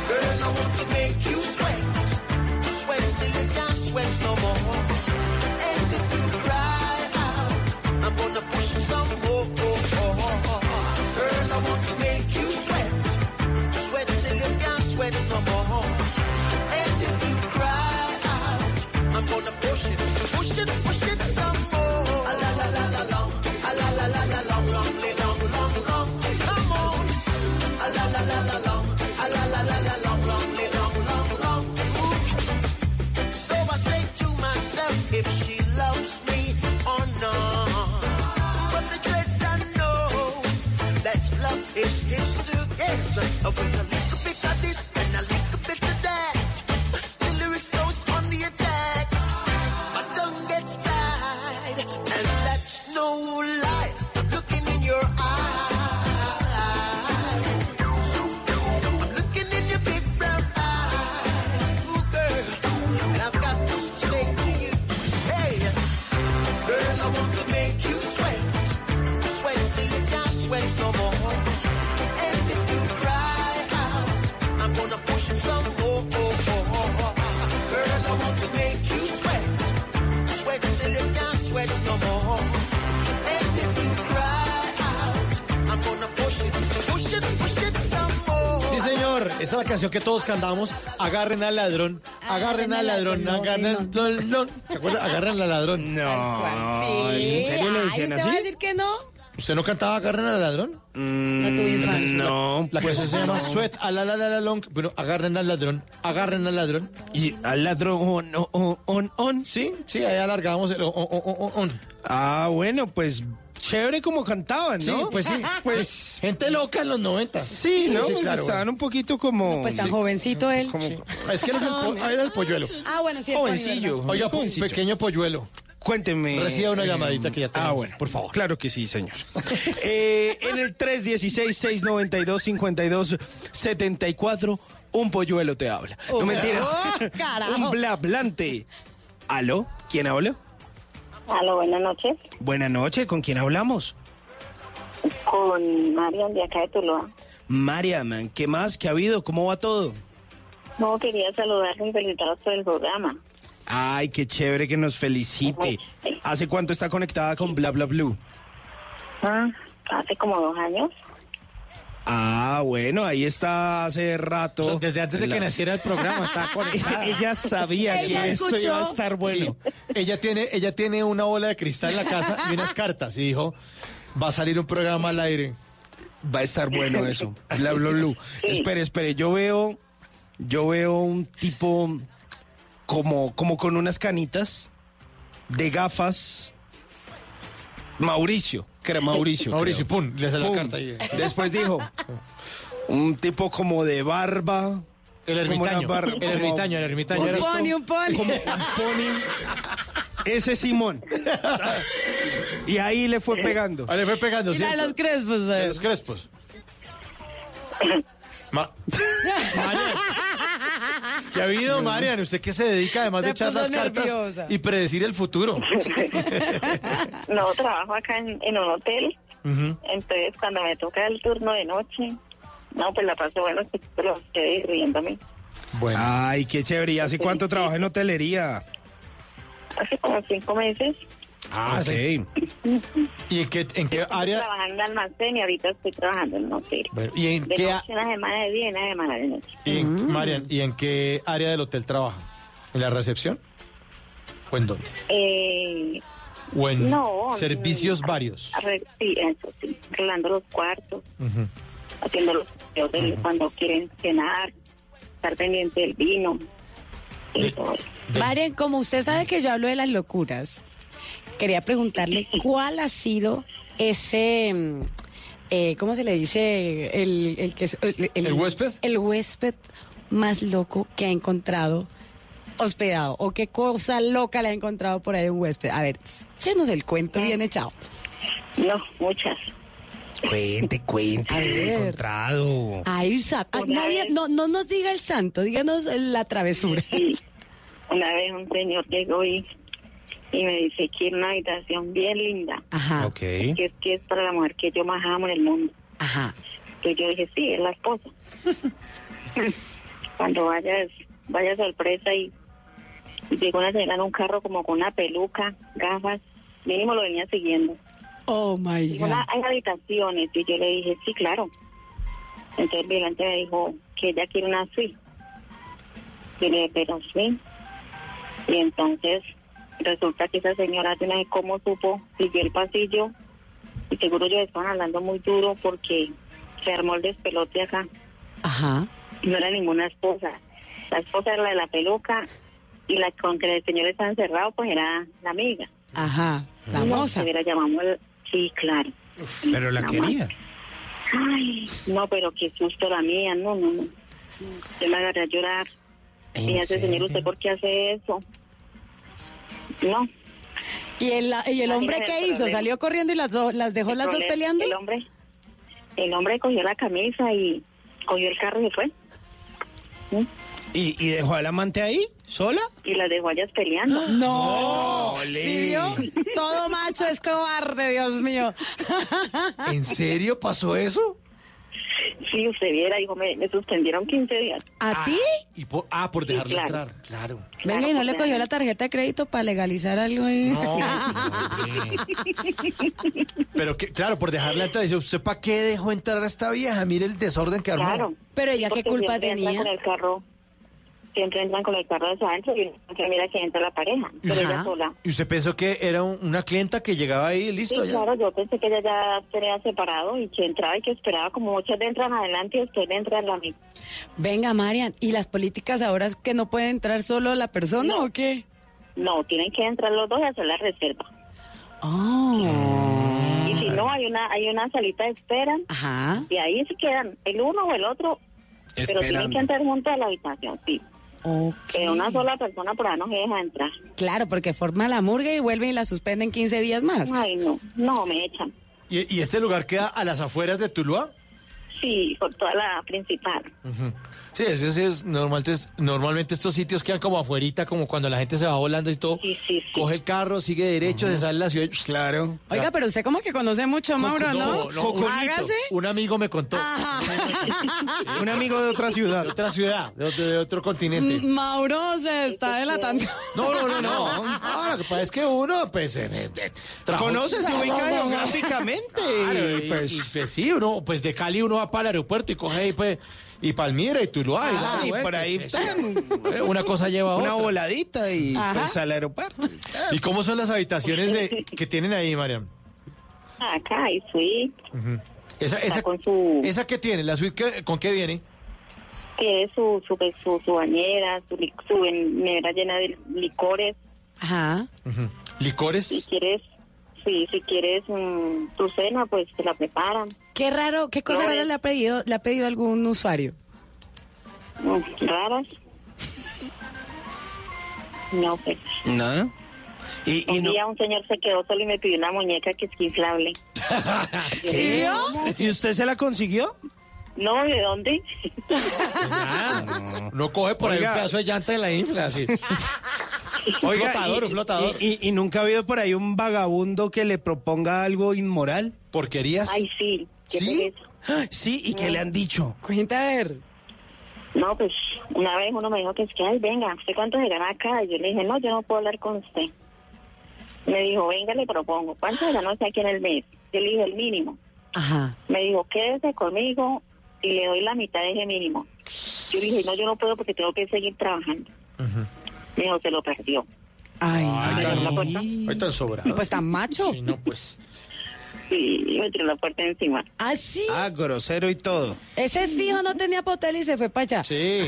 girl, I want to make you sweat. Sweat till you can't sweat no more. And if you cry out, I'm gonna push you some oh, more. oh, Girl, I want to make you sweat. Sweat till you can't sweat no more. And if you cry out, I'm gonna push it, push it, push it some more. A la la la la long, a la la la la long, long, li- long, long, long. Come on. A la la la la long, a la la la la long, long, li- long, long, long. Ooh. So I say to myself if she loves me or not. But the dread I know that love is his to get. Uh, With a little bit of this and a little bit of that. The lyrics goes on the attack. My tongue gets tied, and that's no lie. I'm looking in your eyes. I'm looking in your big brown eyes, ooh girl. And I've got this to say to you, hey, girl, I want to make you sweat, sweat till you can't sweat no more. And if you cry out, I'm gonna push it some more. Girl, I want to make you sweat, sweat till you can't sweat no more. And if you cry out, I'm gonna push it, push it, push it some more. Sí, señor. Esta es la canción que todos cantamos. Agarren al ladrón. Agarren al ladrón. Agarren al ladrón. ¿Se acuerdan? Agarren al ladrón. No. Sí, ¿En serio le ay, decían ¿usted va a así? decir que no? ¿Usted no cantaba Agarren al ladrón? Mm, No tuve infancia. No, la, pues canción se llama Sweat a la la la la long, pero agarren al ladrón, agarren al ladrón. Y al ladrón on on on. on. Sí, sí, ahí alargábamos el on on on. on. Ah, bueno, pues chévere como cantaban, Sí, ¿no? pues sí, pues gente loca en los 90. Sí, ¿no? pues claro, estaban un poquito como... Pues tan Sí. jovencito él. bueno. Es que él es el, po- él era el polluelo. Ah, bueno, sí, el Pony, Jovencillo. ¿verdad? Oiga, po- pequeño polluelo. Cuénteme. Reciba una eh, llamadita que ya tenemos. Ah, bueno, por favor. Claro que sí, señor. Eh, en el 316-692-5274, un polluelo te habla. Oh. no mentiras. Oh, carajo. un blablante. ¿Aló? ¿Quién habla? Aló, buenas noches. Buenas noches, ¿con quién hablamos? Con Marian de acá de Tuluá. Mariaman, ¿qué más? ¿Qué ha habido? ¿Cómo va todo? No, quería saludarlos y felicitarlos por el programa. Ay, qué chévere que nos felicite. ¿Hace cuánto está conectada con Bla Bla Blue? Ah, hace como dos años. Ah, bueno, ahí está hace rato. desde antes de que naciera el programa estaba conectada. Ella sabía Ella que esto iba a escuchó. estar bueno. Ella tiene, ella tiene una bola de cristal en la casa y unas cartas y dijo, va a salir un programa al aire. Va a estar bueno eso. Bla, bla, bla. Espere, espere. Yo veo, yo veo un tipo como, como con unas canitas de gafas. Mauricio, que era Mauricio. Mauricio, creo. pum, le hace la carta ahí. Después dijo, un tipo como de barba. El como una ermitaño, barba- el como- ermitaño, el ermitaño. como- eras tú. un pony. como un pony. Ese es Simón. Y ahí le fue pegando. Ah, le fue pegando, Y la de ¿cierto? los crespos. De ¿sabes? los crespos. Ma- Marian, ¿Qué ha habido, Marian? ¿Usted qué se dedica además de Se echar las puso cartas nerviosa. y predecir el futuro? No, trabajo acá en, en un hotel. Entonces, cuando me toca el turno de noche, no, pues la paso bueno, pero quedé riéndome. Ay, qué chévere. ¿Y hace cuánto trabaja en hotelería? Hace como cinco meses. Ah, ok. ¿Y en qué, en qué Estoy área? trabajando en almacén y ahorita estoy trabajando en un hotel. Bueno, ¿y en de qué a- noche, Mm. una semana de día y una semana de noche. y en- Marian, ¿y en qué área del hotel trabaja? ¿En la recepción? ¿O en dónde? Eh, ¿O en no, servicios mm, varios? arre- Sí, eso sí, arreglando los cuartos. Ujú. haciendo los videos de cuando quieren cenar, estar pendiente del vino. y todo eso. Marian, como usted sabe que yo hablo de las locuras, quería preguntarle cuál ha sido ese, mm, eh, ¿cómo se le dice? El, el que es- ¿El huésped? El huésped más loco que ha encontrado hospedado o qué cosa loca le ha encontrado por ahí un huésped. A ver, échenos el cuento bien echado. No, muchas. Cuente, cuente, que se ha encontrado. Ay, sa- ah, nadie, no, no nos diga el santo, díganos la travesura. Una vez un señor llegó y, y me dice que una habitación bien linda, Ajá. que es que es para la mujer que yo más amo en el mundo. Ajá. Entonces yo dije, sí, es la esposa. Cuando vayas, vaya sorpresa y, y llegó una señora en un carro como con una peluca, gafas, mínimo lo venía siguiendo. Oh my Dijo, God. "La- hay habitaciones. Y yo le dije, sí, claro. Entonces el vigilante me dijo que ella quiere una suite. Yo le dije, pero sí. Y entonces resulta que esa señora, yo no sé cómo supo, siguió el pasillo. Y seguro ellos estaban hablando muy duro porque se armó el despelote acá. Ajá. No era ninguna esposa. La esposa era la de la peluca y la con que el señor estaba encerrado, pues era la amiga. Ajá. La No, moza. si hubiera llamado al- Sí, claro. Pero la quería. Ay, no, pero qué susto la mía, no, no, no. Yo me agarré a llorar. ¿En Y hace, señor, ¿usted por qué hace eso? No. ¿Y el, y el hombre Imagínate qué el hizo? problema. ¿Salió corriendo y las, do- las dejó las dos Entonces, peleando? El hombre, el hombre cogió la camisa y cogió el carro y se fue. ¿Y, y dejó al amante ahí? ¿Sola? Y las dejó allá peleando. ¡No! ¡Ole! ¿Sí vio? Todo macho es cobarde, Dios mío. ¿En serio pasó eso? Sí, usted viera, dijo, me, me suspendieron 15 días. Ah, ¿A ti? Y por, ah, por dejarlo claro. entrar, claro. Venga, ¿y no le cogió la tarjeta de crédito para legalizar algo? ahí? Pero que, claro, por dejarla entrar, dice, ¿usted para qué dejó entrar a esta vieja? Mire el desorden que armó. Claro. Pero ella, ¿qué Porque culpa siempre entra tenía? Con el carro. siempre entran con los carros adentro y entonces mira que entra la pareja, pero ella sola. ¿Y usted pensó que era un- una clienta que llegaba ahí, listo? sí, ya? claro, yo pensé que ella ya se había separado y que entraba y que esperaba, como muchas de entran adelante y usted le entra en la mitad. Venga, Marian, ¿y las políticas ahora es que no puede entrar solo la persona o qué? No, tienen que entrar los dos y hacer la reserva. Y si no, hay una hay una salita de espera Oh. Ajá. y ahí se quedan el uno o el otro, pero tienen que Esperando. entrar juntos a la habitación, sí. Ok. Que una sola persona por ahí no se deja entrar. Claro, porque forma la murga y vuelven y la suspenden 15 días más. Ay, no, no, me echan. ¿Y, y este lugar queda a las afueras de Tuluá? Sí, por toda la principal. Sí, eso sí es normal. entonces, Normalmente estos sitios quedan como afuerita, como cuando la gente se va volando y todo. Coge el carro, sigue derecho, se sale de la ciudad. Claro. Oiga, pero usted como que conoce mucho, Mauro, ¿no? no, Coconito. Hágase. Un amigo me contó. Un amigo de otra ciudad. De otra ciudad, de, otro- de otro continente. Mm, Mauro se está delatando. No, no, no, no. Ah, lo que pasa es que uno, pues, eh, eh, eh, Conoce, se ubica geográficamente. Claro, y, pues, y, pues, sí, uno, pues de Cali uno va para el aeropuerto y coge ahí, pues, y Palmira y Tuluá. Ah, la y vuelta, por ahí sí, sí. tan. Eh, Una cosa lleva a otra. Una voladita y Ajá. pues al aeropuerto. ¿Y cómo son las habitaciones de, que tienen ahí, Mariam? Acá y fui, Esa, esa, esa que tiene, la suite, que- ¿con qué viene? tiene su, su, su, su bañera, su, li- su nevera llena de licores. Ajá. Si ¿Licores? quieres, sí, si quieres mm, tu cena, pues te la preparan. Qué raro, qué cosa rara le ha pedido, le ha pedido algún usuario. Raras. No, pues. ¿No? Y, y Un no- día un señor se quedó solo y me pidió una muñeca que es inflable. Yo le dije, "¿Cómo? ¿Y usted se la consiguió? No, ¿de dónde? Ah. No coge por ahí Oiga. un pedazo de llanta de la infla, así. Oiga, flotador, y- un flotador. Y, y- y nunca ha habido por ahí un vagabundo que le proponga algo inmoral? ¿Porquerías? Ay, sí. qué ¿Sí? Ah, Sí, ¿y qué le han dicho? Cuenta a ver. No, pues una vez uno me dijo que es que, ay, venga, ¿usted cuánto se gana acá? Y yo le dije, no, yo no puedo hablar con usted. Me dijo, venga, le propongo, ¿cuánto se ganó usted aquí en el mes? Yo le dije, el mínimo. Ajá. Me dijo, quédese conmigo y le doy la mitad de ese mínimo. Yo le dije, no, yo no puedo porque tengo que seguir trabajando. Me dijo, se lo perdió. Ay, Ay, Me cerró la puerta. Ahí tan sobrado. Pues tan macho. Sí, no, pues. Sí, me tiró la puerta encima. ¿Ah, sí? Ah, grosero y todo. Ese es fijo, no tenía potel y se fue para allá. Sí.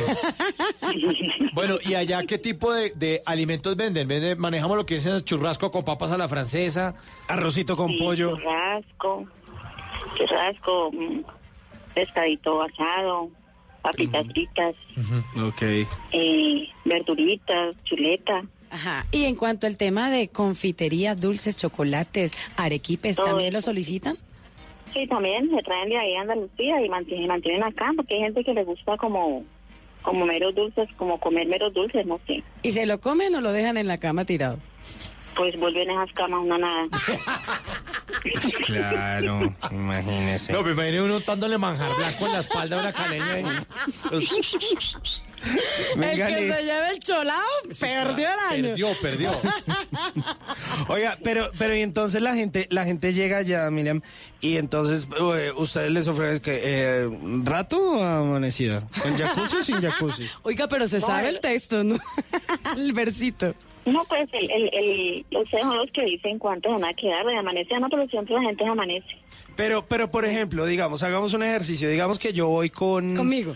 Bueno, ¿y allá qué tipo de, de alimentos venden? Venden- Manejamos lo que es el churrasco con papas a la francesa. Arrocito con pollo. Churrasco, churrasco, mm, pescadito asado, papitas fritas. Ok. eh, verduritas, chuleta. Ajá. Y en cuanto al tema de confitería, dulces, chocolates, arequipes, Todo ¿también lo solicitan? Sí, también se traen de ahí a Andalucía y mantienen, mantienen acá porque hay gente que le gusta como como meros dulces, como comer meros dulces, no sé. ¿Y se lo comen o lo dejan en la cama tirado? Pues vuelven esas camas una nada. Claro, imagínese. No, me imagino uno untándole manjar blanco en la espalda a una caleña. ahí. Venga, el que Liz. se lleve el cholao perdió el año. Perdió, perdió. Oiga, pero, pero y entonces la gente, la gente llega allá, Miriam, y entonces eh, ustedes les ofrecen que eh, rato o amanecida, con jacuzzi o sin jacuzzi. Oiga, pero se No, sabe el- el texto, ¿no? el versito. No, pues el, el, el, ustedes son los que dicen cuántos van a quedar de amanecer. No, pero siempre la gente amanece. Pero, pero por ejemplo, digamos, hagamos un ejercicio, digamos que yo voy con conmigo.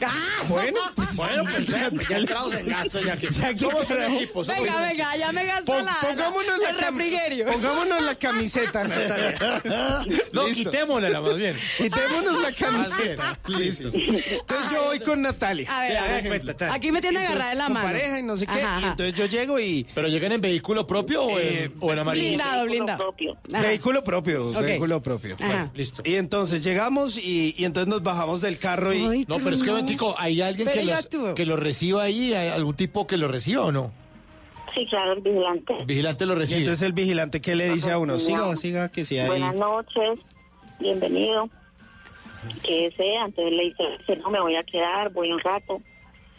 Ah, bueno, pues, bueno, pues, ya, pues, ya entrados en gasto, ya que- somos un equipo, somos Venga, un venga, ya me gasté Pon- la, pongámonos la, la el cam- refrigerio. Pongámonos la camiseta, Natalia. No, Listo. quitémosla la más bien. Quitémonos la camiseta. Más bien, Listo. Entonces yo voy con Natalia. A ver, Ya, a ver. cuenta, tal. Aquí me tiene Entonces, agarrada de la tu mano. pareja y no sé qué. Ajá, y ajá. entonces yo llego y... ¿Pero llegan en vehículo propio o en, Eh, o en amarillo? blindado, blindado. Ajá. Vehículo propio, Ok. vehículo propio. Ajá. Bueno, listo. Y entonces llegamos y, y entonces nos bajamos del carro y... No, pero es que, Bentico, ¿hay alguien que Pero yo los, actúo. que los reciba ahí? ¿Hay algún tipo que lo reciba o no? Sí, claro, el vigilante. El vigilante lo Y recibe. entonces el vigilante, ¿qué le dice a uno? Ah, Siga, siga, que si hay... Buenas noches, bienvenido. Que sea, entonces le dice, dice, no me voy a quedar, voy un rato.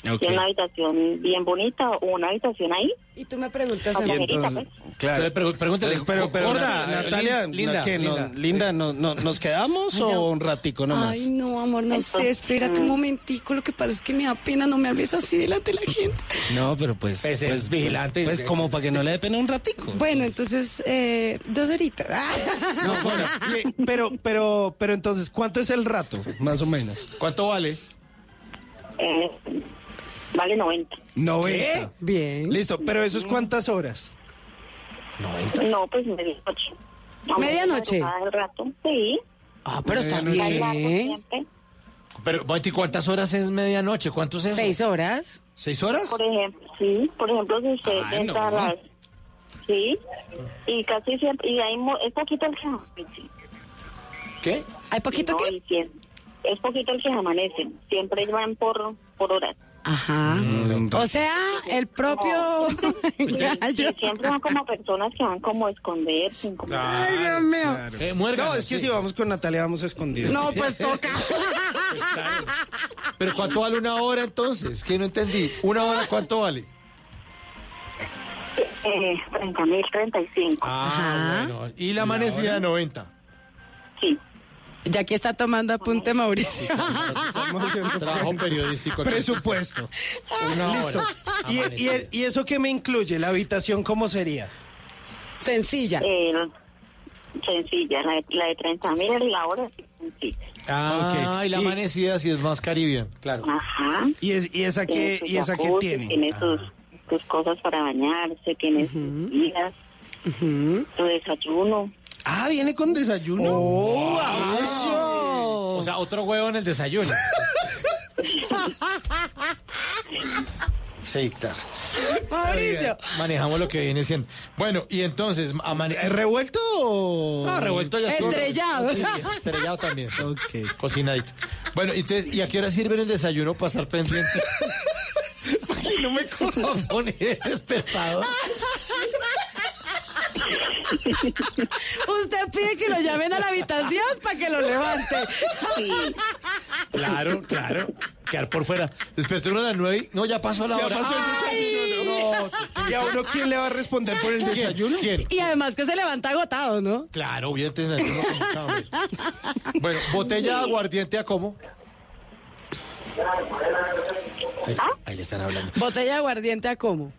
Y una habitación bien bonita, o una habitación ahí. Y tú me preguntas a Y entonces, claro. Pero, pregúntale, pero, pero gorda, Na- eh, Natalia, Lin- Linda, Linda, Linda. Linda, ¿no- no- ¿nos quedamos Ay, ya. o un ratico nomás? Ay, no, amor, no sé, Mm. espérate un momentico. Lo que pasa es que me da pena, no me hables así delante de la gente. No, pero pues, pues, vigilante. Pues como para que no le dé pena un ratico. Bueno, entonces, eh, dos horitas. No, bueno, le- pero, pero, pero entonces, ¿cuánto es el rato, más o menos? ¿Cuánto vale? Eh, vale 90. 90. Bien. Listo, pero ¿eso es cuántas horas? No, pues medianoche. A ¿Medianoche? madrugada del rato, sí. Ah, pero está Medianoche. bien. Largo siempre. Pero, Monty, ¿cuántas horas es medianoche? ¿Cuánto es eso? Seis horas. ¿Seis horas? Por ejemplo, sí, por ejemplo, si usted Ah, entra a no. las... Sí, y casi siempre, y hay, mo- es poquito el que amanece. ¿Qué? ¿Hay poquito que? es poquito el que amanece, siempre van por, por horas. Ajá. O sea, el propio gallo. Siempre van como personas que van como a esconderse. Como... Ay, Dios mío. Eh, no, es que si vamos con Natalia vamos escondidos. No, pues toca. ¿Pero cuánto vale una hora entonces? Que no entendí. ¿Una hora cuánto vale? Eh, 30.035. Ah, bueno. Y la amanecida 90. Ya que está tomando apunte Mauricio. Trabajo periodístico. aquí. Presupuesto. Una Listo. hora. ¿Y, y- y eso qué me incluye? ¿La habitación cómo sería? Sencilla. sencilla, la, de- la de 30 mil, la hora es sencilla. Ah, ok. y la Y- amanecida si es más Caribbean. Claro. Ajá. ¿Y, es- y esa Tiene qué, su y esa qué jacuzzi, tiene? Tiene sus, sus cosas para bañarse, tiene sus comidas, su desayuno. Ah, viene con desayuno. ¡Oh, eso! O sea, otro huevo en el desayuno. Sí, está. Mauricio. Manejamos lo que viene siendo. Bueno, y entonces, amane- ¿revuelto o- Ah, revuelto ya estuvo. Estrellado. Sí, Estrellado también. sí. Cocinadito. Bueno, entonces, ¿y a qué hora sirven el desayuno para estar pendientes? Porque no me corresponde el despertador. Usted pide que lo llamen a la habitación para que lo levante. Claro, claro. Quedar por fuera. Desperté uno a las nueve. y- No, ya pasó la Ya hora. pasó el No, ¿Y a uno quién le va a responder por el ¿Quién? desayuno? ¿Quién? Y además que se levanta agotado, ¿no? Claro, bien, te desayuno con chambre. Bueno, botella de aguardiente a cómo. Ahí, ahí le están hablando. Botella de aguardiente a cómo.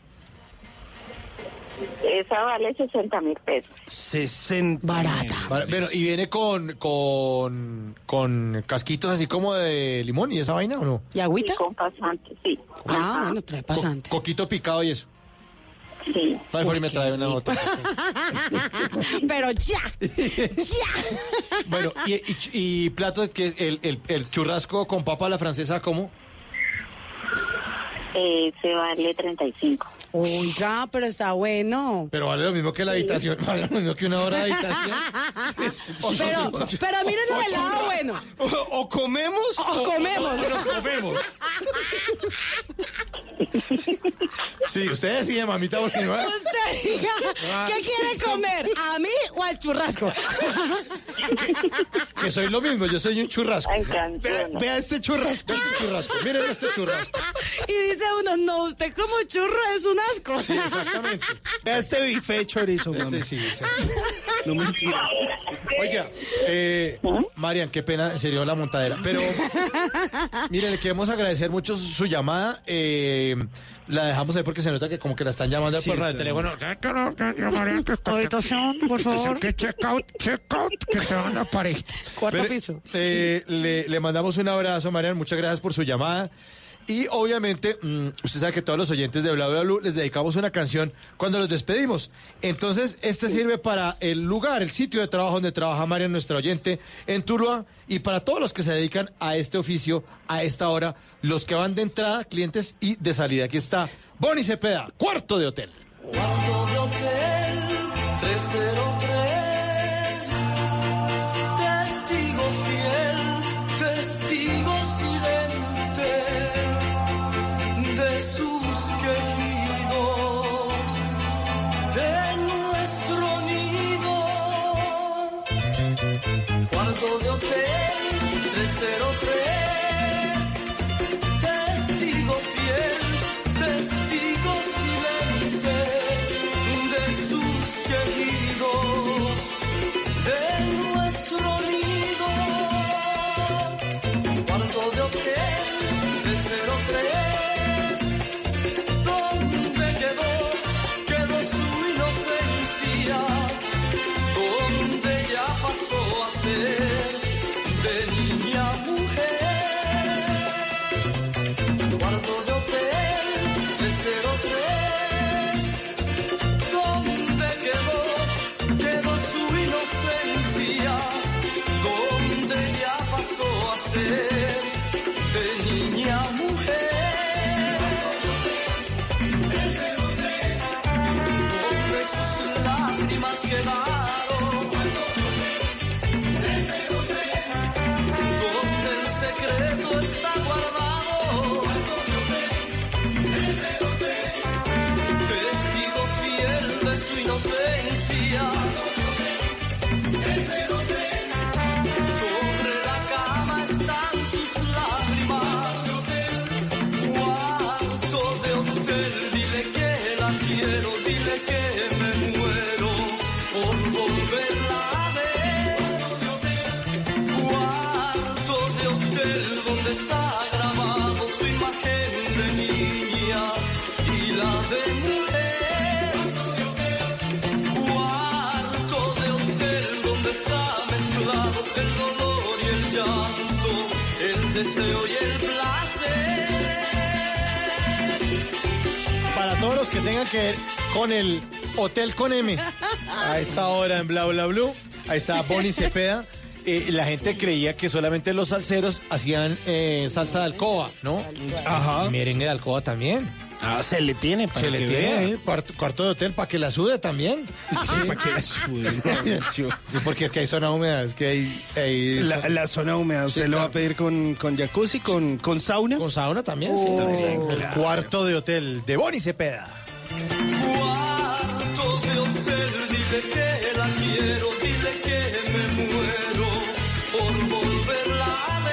Esa vale 60 mil pesos. 60. Barata. Vale, Bueno, y viene con, con, con casquitos así como de limón y esa vaina o no? ¿Y agüita? Con pasante, sí. Ah, bueno, trae pasante. Co- coquito picado y eso. Sí. Ay, Fori, me trae una botella. Pero ya. Ya. Bueno, y, y, y platos que el, el, el churrasco con papa a la francesa, ¿cómo? Eh, se vale 35. Oiga, pero está bueno. Pero vale lo mismo que la habitación, vale lo mismo que una hora de habitación. Pero, pero miren lo del lado bueno. O comemos O comemos. nos comemos. Sí, usted decide, mamita, porque no Ah, Usted diga, ¿qué quiere comer? ¿A mí o al churrasco? que soy lo mismo, yo soy un churrasco. Ay, tan Vea, bueno. vea este churrasco. Vea este churrasco. Miren este churrasco. Y dice uno, no, usted como churro es un asco. Sí, exactamente. Vea este bife de chorizo, mamá. Este sí, sí. No mentiras. Oiga, eh, Marian, qué pena, en serio, la montadera. Pero, mire, le queremos agradecer mucho su, su llamada. eh, la dejamos ahí porque se nota que como que la están llamando Sí, por radio de está teléfono. Habitación, por favor. Que check out, check out, que se van a París. Pero, eh, le, le mandamos un abrazo, Marian. Muchas gracias por su llamada. Y obviamente, mm, usted sabe que todos los oyentes de Bla Bla Blue les dedicamos una canción cuando los despedimos. Entonces, este sirve para el lugar, el sitio de trabajo donde trabaja Marian, nuestra oyente, en Tuluá, y para todos los que se dedican a este oficio, a esta hora, los que van de entrada, clientes, y de salida. Aquí está Bonnie Cepeda, cuarto de hotel. de hotel 303. Testigo fiel, testigo silente de sus quejidos, de nuestro nido. Cuarto de hotel 303. Testigo fiel. ser de niña a mujer. Cuarto de hotel, mesero tres. ¿Dónde quedó? Quedó su inocencia. ¿Dónde ya pasó a ser de niña a mujer? Donde sus lágrimas quemaron. Donde el secreto está guardado. Testigo fiel de su inocencia. Sobre la cama están sus lágrimas. Cuarto de hotel, dile que la quiero, dile que me muero por volverla a ver. Cuarto de hotel, donde está grabado su imagen de niña y la de mujer. Cuarto de hotel, donde está mezclado el dolor y el llanto, el deseo y el placer. Para todos los que tengan que ver con el Hotel con M, a esta hora en Bla Bla Blue, ahí está Bonnie Cepeda. Eh, la gente creía que solamente los salseros hacían eh, salsa de alcoba, ¿no? Ajá. Merengue de alcoba también. Ah, se le tiene para Se le que tiene vea. ahí, cuarto, cuarto de hotel para que la sude también. para que la sude. Porque es que hay zona húmeda, es que hay... hay La, la zona húmeda, ¿usted lo va a pedir con, con jacuzzi, con, con sauna? Oh, Con sauna también, sí. El cuarto de hotel de Bonnie Cepeda. Cuarto de hotel, dile que la quiero, dile que me muero por volverla a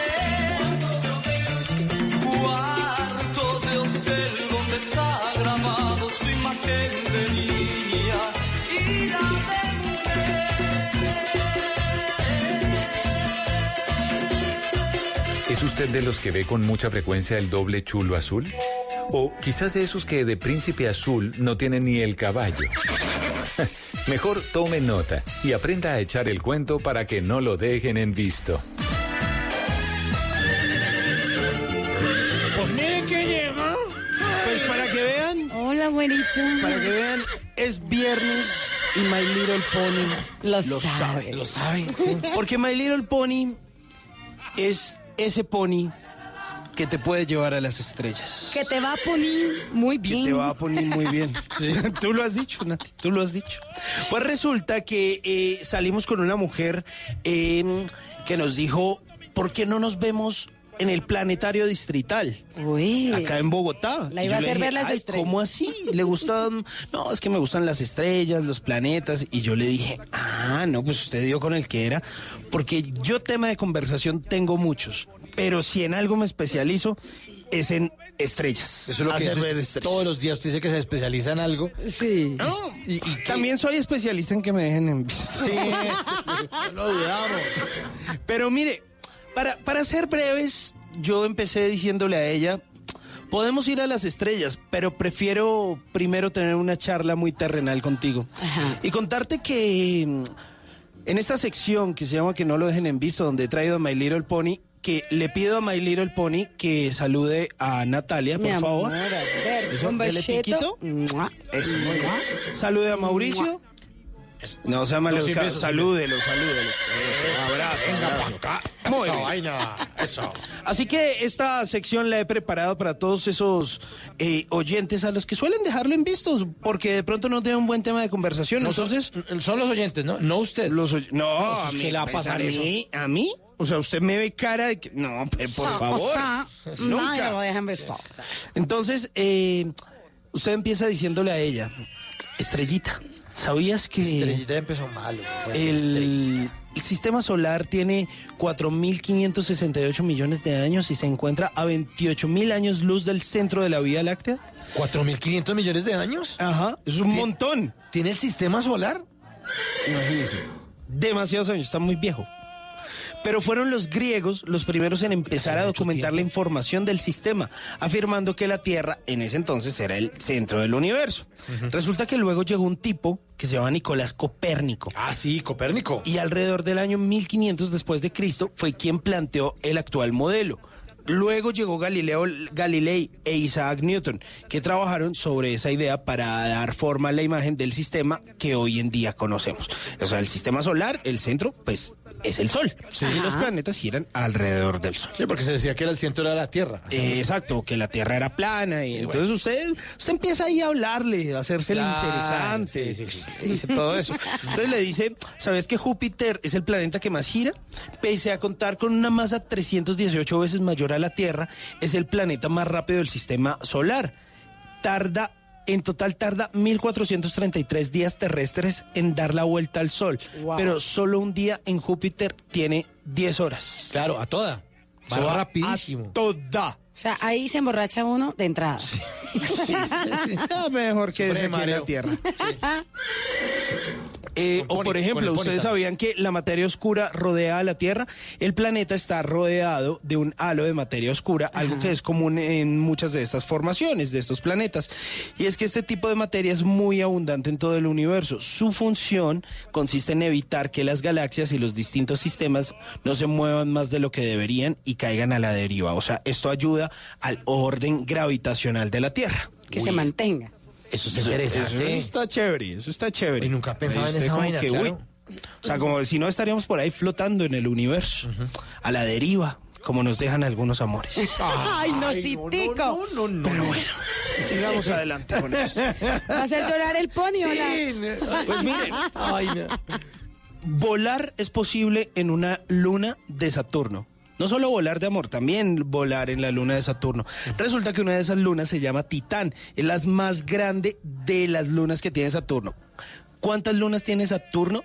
ver. Cuarto de hotel, donde está grabado su imagen de niña y la de ¿Es usted de los que ve con mucha frecuencia el doble chulo azul? O quizás de esos que de príncipe azul no tienen ni el caballo. Mejor tome nota y aprenda a echar el cuento para que no lo dejen en visto. Pues miren que llega. Pues para que vean. Hola, güerito. Para que vean, es viernes y My Little Pony lo, sabe. Lo sabe, sí. Porque My Little Pony es ese pony que te puede llevar a las estrellas. Que te va a poner muy bien. Que te va a poner muy bien. Tú lo has dicho, Nati, tú lo has dicho. Pues resulta que eh, salimos con una mujer eh, que nos dijo, ¿por qué no nos vemos en el planetario distrital? Acá en Bogotá. La Y iba yo a le hacer ver las "Ay, estrellas". ¿Cómo así? Le gustan, no, es que me gustan las estrellas, los planetas. Y yo le dije, ah, no, pues usted dio con el que era. Porque yo tema de conversación tengo muchos, pero si en algo me especializo es en estrellas. Eso es lo que Hacer es, ver usted- todos los días usted dice que se especializa en algo. Sí. y, También soy especialista en que me dejen en vista. Sí, lo dudamos. Pero mire, para, para ser breves, yo empecé diciéndole a ella, podemos ir a las estrellas, pero prefiero primero tener una charla muy terrenal contigo. Y contarte que mm, en esta sección que se llama Que no lo dejen en visto, donde he traído a My Little Pony, que le pido a My Little Pony que salude a Natalia, por Mi favor. amor, a ver, Eso, un dele besito. piquito. Eso, muy bien. Salude a Mauricio. No sea No, sin maleducado, besos, sin salúdelo, salúdelo. Abrazo, abrazo. Muy bien. Eso. Así que esta sección la he preparado para todos esos eh, oyentes a los que suelen dejarlo en vistos, porque de pronto no tienen un buen tema de conversación. No, son- entonces, son, los oyentes, ¿no? No usted. Los oy- no, Entonces, a mí, ¿qué le va a pues, pasar a eso? mí, a mí. O sea, usted me ve cara de que. No, pe- por O favor. sea, nadie Nunca. lo deja en visto. Entonces, eh, usted empieza diciéndole a ella, Estrellita, ¿sabías que Estrellita empezó mal. pues. güey. el, el sistema solar tiene 4.568 millones de años y se encuentra a 28.000 años luz del centro de la Vía Láctea? ¿4.500 millones de años? Ajá, es un montón. ¿Tiene el sistema solar? Imagínese. Demasiados años, está muy viejo. Pero fueron los griegos los primeros en empezar a documentar la información del sistema, afirmando que la Tierra en ese entonces era el centro del universo. Resulta que luego llegó un tipo que se llama Nicolás Copérnico. Ah, sí, Copérnico. Y alrededor del año 1500 después de Cristo fue quien planteó el actual modelo. Luego llegó Galileo Galilei e Isaac Newton, que trabajaron sobre esa idea para dar forma a la imagen del sistema que hoy en día conocemos. O sea, el sistema solar, el centro, pues es el Sol. Y los planetas giran alrededor del Sol. Sí, porque se decía que era el centro de la Tierra. Eh, Exacto, que la Tierra era plana y entonces usted, usted empieza ahí a hablarle, a hacerse el Claro, interesante, le dice todo eso. Entonces le dice, ¿sabes que Júpiter es el planeta que más gira? Pese a contar con una masa 318 veces mayor a la Tierra, es el planeta más rápido del sistema solar. Tarda en total tarda 1433 días terrestres en dar la vuelta al sol, Wow. pero solo un día en Júpiter tiene 10 horas. Claro, a toda. Se va rapidísimo. toda. O sea, ahí se emborracha uno de entrada. Ah, mejor que Sufre de ese aquí en la Tierra. mareo. Eh, o por ejemplo, con el ustedes pónica. sabían que la materia oscura rodea a la Tierra. El planeta está rodeado de un halo de materia oscura, algo que es común en muchas de estas formaciones, de estos planetas. Y es que este tipo de materia es muy abundante en todo el universo. Su función consiste en evitar que las galaxias y los distintos sistemas no se muevan más de lo que deberían y caigan a la deriva. O sea, esto ayuda al orden gravitacional de la Tierra. Que se mantenga. Eso está interesante. Eso está chévere, eso está chévere. Y nunca pensaba en esa vaina, claro. O sea, como si no estaríamos por ahí flotando en el universo, a la deriva, como nos dejan algunos amores. Ay, no, Citico. No, no, no. Pero bueno, sigamos adelante con eso. Va a hacer llorar el pony, hola. Pues miren. Ay, no. Volar es posible en una luna de Saturno. No solo volar de amor, también volar en la luna de Saturno. Resulta que una de esas lunas se llama Titán. Es la más grande de las lunas que tiene Saturno. ¿Cuántas lunas tiene Saturno?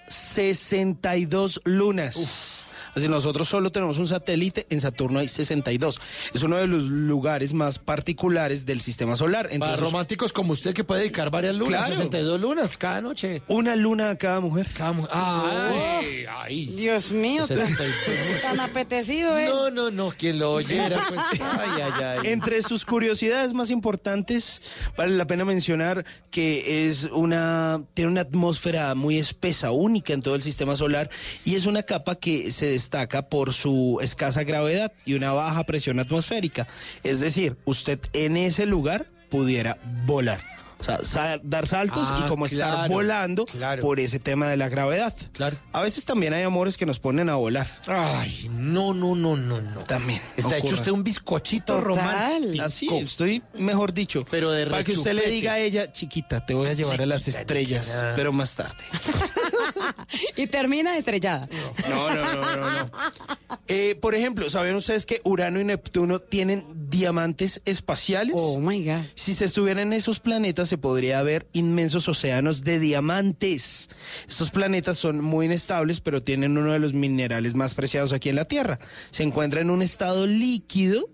62 lunas. Así nosotros solo tenemos un satélite, en Saturno hay 62. Es uno de los lugares más particulares del sistema solar. Para románticos como usted que puede dedicar varias lunas, Claro. 62 lunas cada noche. Una luna a cada mujer. Cada mujer. Ay, ay. Dios Pues mío, tan, 62. tan apetecido, ¿eh? No, no, no, quien lo oyera, pues. Ay, ay, ay. Entre sus curiosidades más importantes, vale la pena mencionar que es una tiene una atmósfera muy espesa, única en todo el sistema solar y es una capa que se destaca por su escasa gravedad y una baja presión atmosférica. Es decir, usted en ese lugar pudiera volar. O sea, sa- dar saltos Ah, y como estar claro, volando por ese tema de la gravedad. Claro. A veces también hay amores que nos ponen a volar. Ay, no, no, no, no, no. También. Está hecho ocurre. usted un bizcochito Total. romántico. Así, estoy, mejor dicho. Pero de Para que usted le rechupete. diga a ella, chiquita, te voy a llevar a las Chiquita, estrellas, chiquita. pero más tarde. Y termina estrellada. No, no, no, no. no. Eh, por ejemplo, ¿saben ustedes que Urano y Neptuno tienen diamantes espaciales? Oh my God. Si se estuvieran en esos planetas, se podría ver inmensos océanos de diamantes. Estos planetas son muy inestables, pero tienen uno de los minerales más preciados aquí en la Tierra. Se encuentra en un estado líquido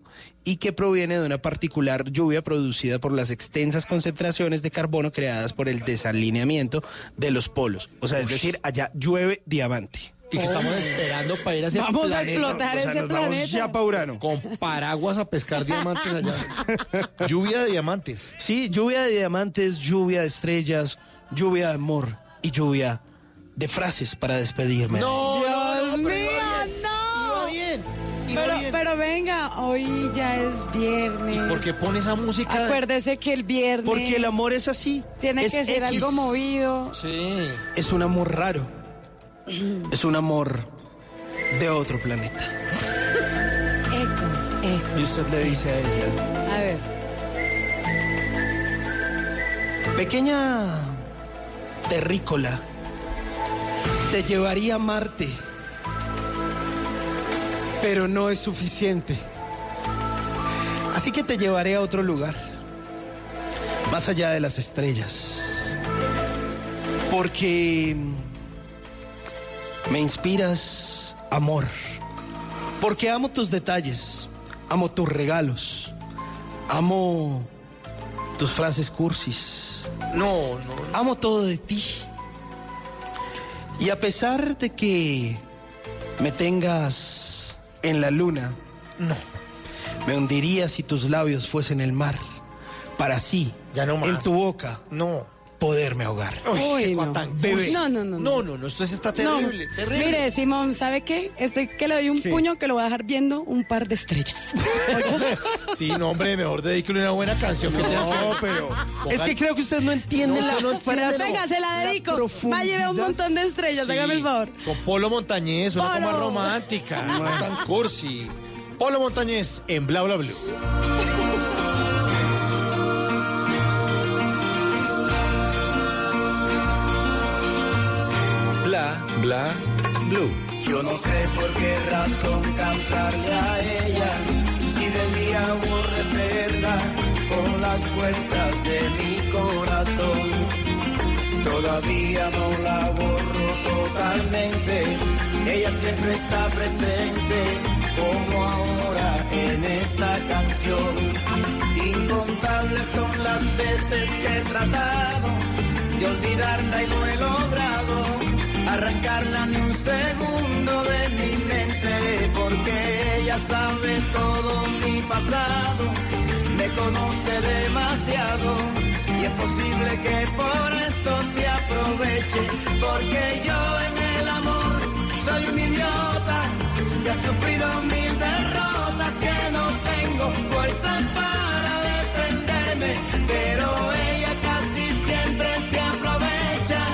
y que proviene de una particular lluvia producida por las extensas concentraciones de carbono creadas por el desalineamiento de los polos. O sea, es decir, allá llueve diamante. Y que estamos esperando para ir a ese Vamos a planeta. explotar O sea, ese nos vamos planeta. ya pa' Urano. Con paraguas a pescar diamantes allá. Lluvia de diamantes. Sí, lluvia de diamantes, lluvia de estrellas, lluvia de amor y lluvia de frases para despedirme. No, Dios no, no, pero mío, iba bien, no. iba pero, bien. pero venga, hoy ya es viernes. Porque pone esa música. Acuérdese que el viernes. Porque el amor es así. Tiene es que ser X. algo movido. Sí. Es un amor raro. Es un amor de otro planeta. Eco, eco. Y usted le dice a ella, A ver. pequeña terrícola, te llevaría a Marte, pero no es suficiente. Así que te llevaré a otro lugar, más allá de las estrellas, porque me inspiras amor, porque amo tus detalles, amo tus regalos, amo tus frases cursis. No, no. Amo todo de ti. Y a pesar de que me tengas en la luna. No. Me hundiría si tus labios fuesen el mar. Para así, en tu boca, no. poderme ahogar. Uy, qué no. patán. Bebé. No, no, no, no. No, no, esto está No. terrible, terrible. Mire, Simón, ¿sabe qué? Estoy que le doy un ¿Qué? puño que lo voy a dejar viendo un par de estrellas. Sí, no, hombre, mejor dedíquele una buena canción. que tenga que- Es que creo que usted no entiende la frase. Venga, se la dedico. Va a llevar un montón de estrellas, Sí, hágame el favor. Con Polo Montañés, una Polo. coma romántica, no es tan cursi. Polo Montañés en Bla Bla Blue. Bla, bla, blue. Yo no sé por qué razón cantarle a ella, si de mí aborrecerla con las fuerzas de mi corazón. Todavía no la borro totalmente, ella siempre está presente, como ahora en esta canción. Incontables son las veces que he tratado de olvidarla y no he logrado arrancarla ni un segundo de mi mente porque ella sabe todo mi pasado, me conoce demasiado y es posible que por eso se aproveche porque yo en el amor soy un idiota que ha sufrido mil derrotas que no tengo fuerzas para defenderme pero ella casi siempre se aprovecha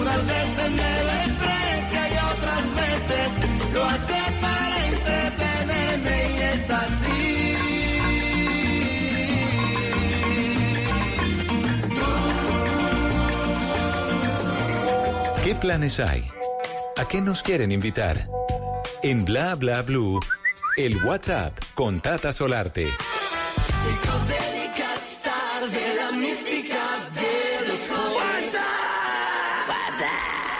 unas veces me desprecia y otras veces lo hace para entretenerme y es así. ¿Qué planes hay? ¿A qué nos quieren invitar? En Bla Bla Blue, el WhatsApp con Tata Solarte. Psicodélicas de la mística de los jóvenes.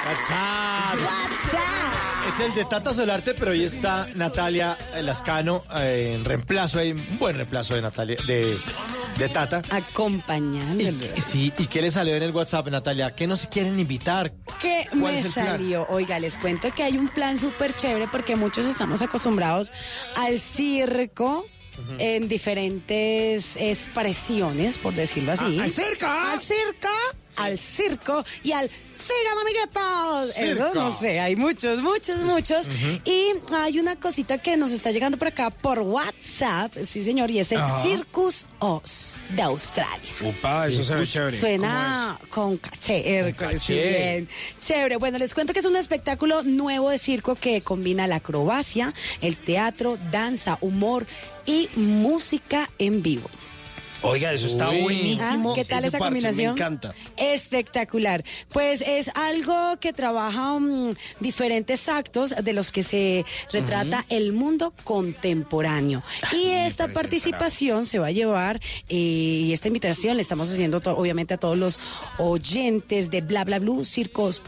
WhatsApp. Es el de Tata Solarte, pero hoy está Natalia Lascano eh, en reemplazo, hay un buen reemplazo de Natalia, de, de Tata. Acompañándole. Y, sí, ¿y qué le salió en el WhatsApp, Natalia? ¿Qué nos quieren invitar? ¿Qué ¿Cuál me es el plan? salió? Oiga, les cuento que hay un plan súper chévere porque muchos estamos acostumbrados al circo en diferentes expresiones, por decirlo así. Ah, ¡al circo! ¡Al circo! Al circo y al sigan amiguetos. Eso Circo. no sé, hay muchos, muchos, muchos. Y hay una cosita que nos está llegando por acá por WhatsApp, sí señor, y es el Ajá. Circus Oz de Australia. Upa, eso se ve chévere. Suena con caché, Hércules, sí, caché. bien. Chévere. Bueno, les cuento que es un espectáculo nuevo de circo que combina la acrobacia, el teatro, danza, humor y música en vivo. Oiga, eso está Uy. buenísimo. Ah, ¿qué tal Ese esa parche, combinación? Me encanta. Espectacular. Pues es algo que trabaja mm, diferentes actos de los que se retrata el mundo contemporáneo. Y esta participación se va a llevar eh, y esta invitación le estamos haciendo to- obviamente a todos los oyentes de Bla Bla Blue Circos.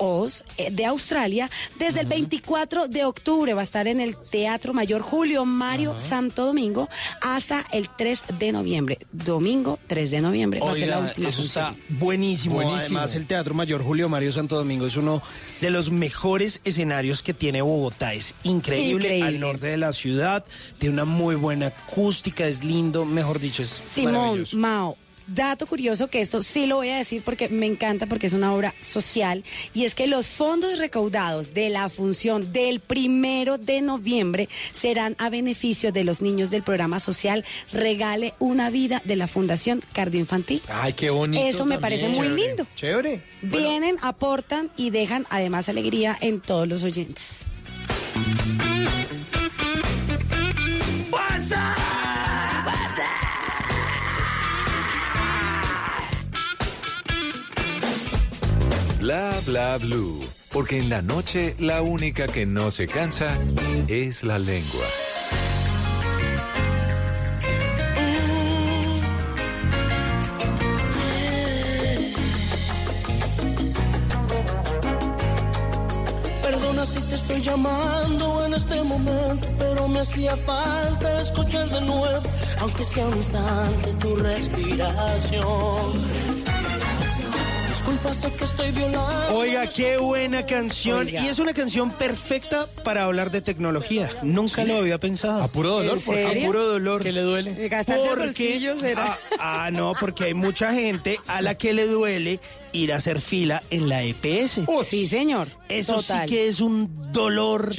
Oz eh, de Australia desde el 24 de octubre va a estar en el Teatro Mayor Julio Mario Santo Domingo hasta el 3 de noviembre domingo 3 de noviembre va a ser la Oiga, última eso está función. buenísimo. Buenísimo. Además, el Teatro Mayor Julio Mario Santo Domingo es uno de los mejores escenarios que tiene Bogotá. Es increíble, Increíble. al norte de la ciudad, tiene una muy buena acústica, es lindo, mejor dicho, es Simón, maravilloso. Mao. Dato curioso que esto sí lo voy a decir porque me encanta porque es una obra social y es que los fondos recaudados de la función del primero de noviembre serán a beneficio de los niños del programa social Regale una vida de la Fundación Cardioinfantil. Ay, qué bonito. Eso me parece muy Chévere, lindo. Chévere. Vienen, aportan y dejan además alegría en todos los oyentes. Bla, bla, blue. Porque en la noche la única que no se cansa es la lengua. Perdona si te estoy llamando en este momento, pero me hacía falta escuchar de nuevo, aunque sea un instante, tu respiración. pasa que estoy violando. Oiga, qué buena canción. Oiga. Y es una canción perfecta para hablar de tecnología. Nunca lo había pensado. A puro dolor, ¿En porque- serio? A puro dolor. ¿Qué le De duele? gastarse bolsillos era. Ah, ah, no, porque hay mucha gente a la que le duele ir a hacer fila en la EPS. sí, señor. Eso Total. sí que es un dolor,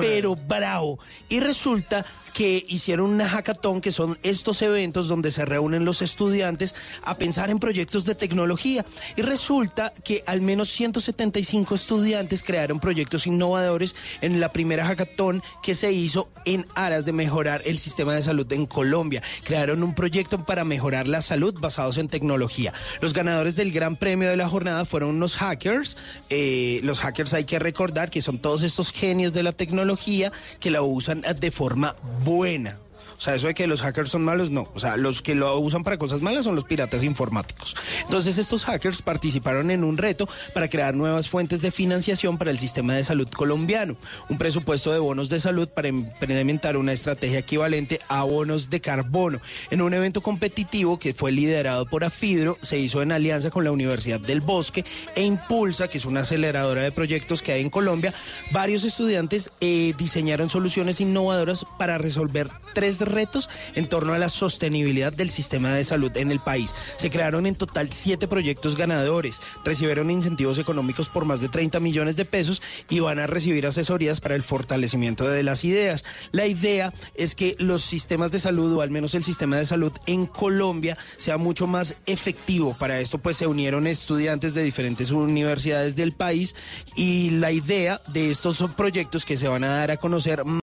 pero bravo. Y resulta que hicieron una hackathon, que son estos eventos donde se reúnen los estudiantes a pensar en proyectos de tecnología. Y resulta que al menos 175 estudiantes crearon proyectos innovadores en la primera hackathon que se hizo en aras de mejorar el sistema de salud en Colombia. Crearon un proyecto para mejorar la salud basados en tecnología. Los ganadores del gran premio de la jornada fueron unos hackers. Eh, los hackers hay que recordar que son todos estos genios de la tecnología que la usan de forma buena. O sea, eso de que los hackers son malos, no. O sea, los que lo usan para cosas malas son los piratas informáticos. Entonces, estos hackers participaron en un reto para crear nuevas fuentes de financiación para el sistema de salud colombiano. Un presupuesto de bonos de salud para implementar una estrategia equivalente a bonos de carbono. En un evento competitivo que fue liderado por Afidro, se hizo en alianza con la Universidad del Bosque e Impulsa, que es una aceleradora de proyectos que hay en Colombia, varios estudiantes eh, diseñaron soluciones innovadoras para resolver tres retos en torno a la sostenibilidad del sistema de salud en el país. Se crearon en total siete proyectos ganadores, recibieron incentivos económicos por más de 30 millones de pesos y van a recibir asesorías para el fortalecimiento de las ideas. La idea es que los sistemas de salud, o al menos el sistema de salud en Colombia, sea mucho más efectivo. Para esto, pues se unieron estudiantes de diferentes universidades del país y la idea de estos proyectos que se van a dar a conocer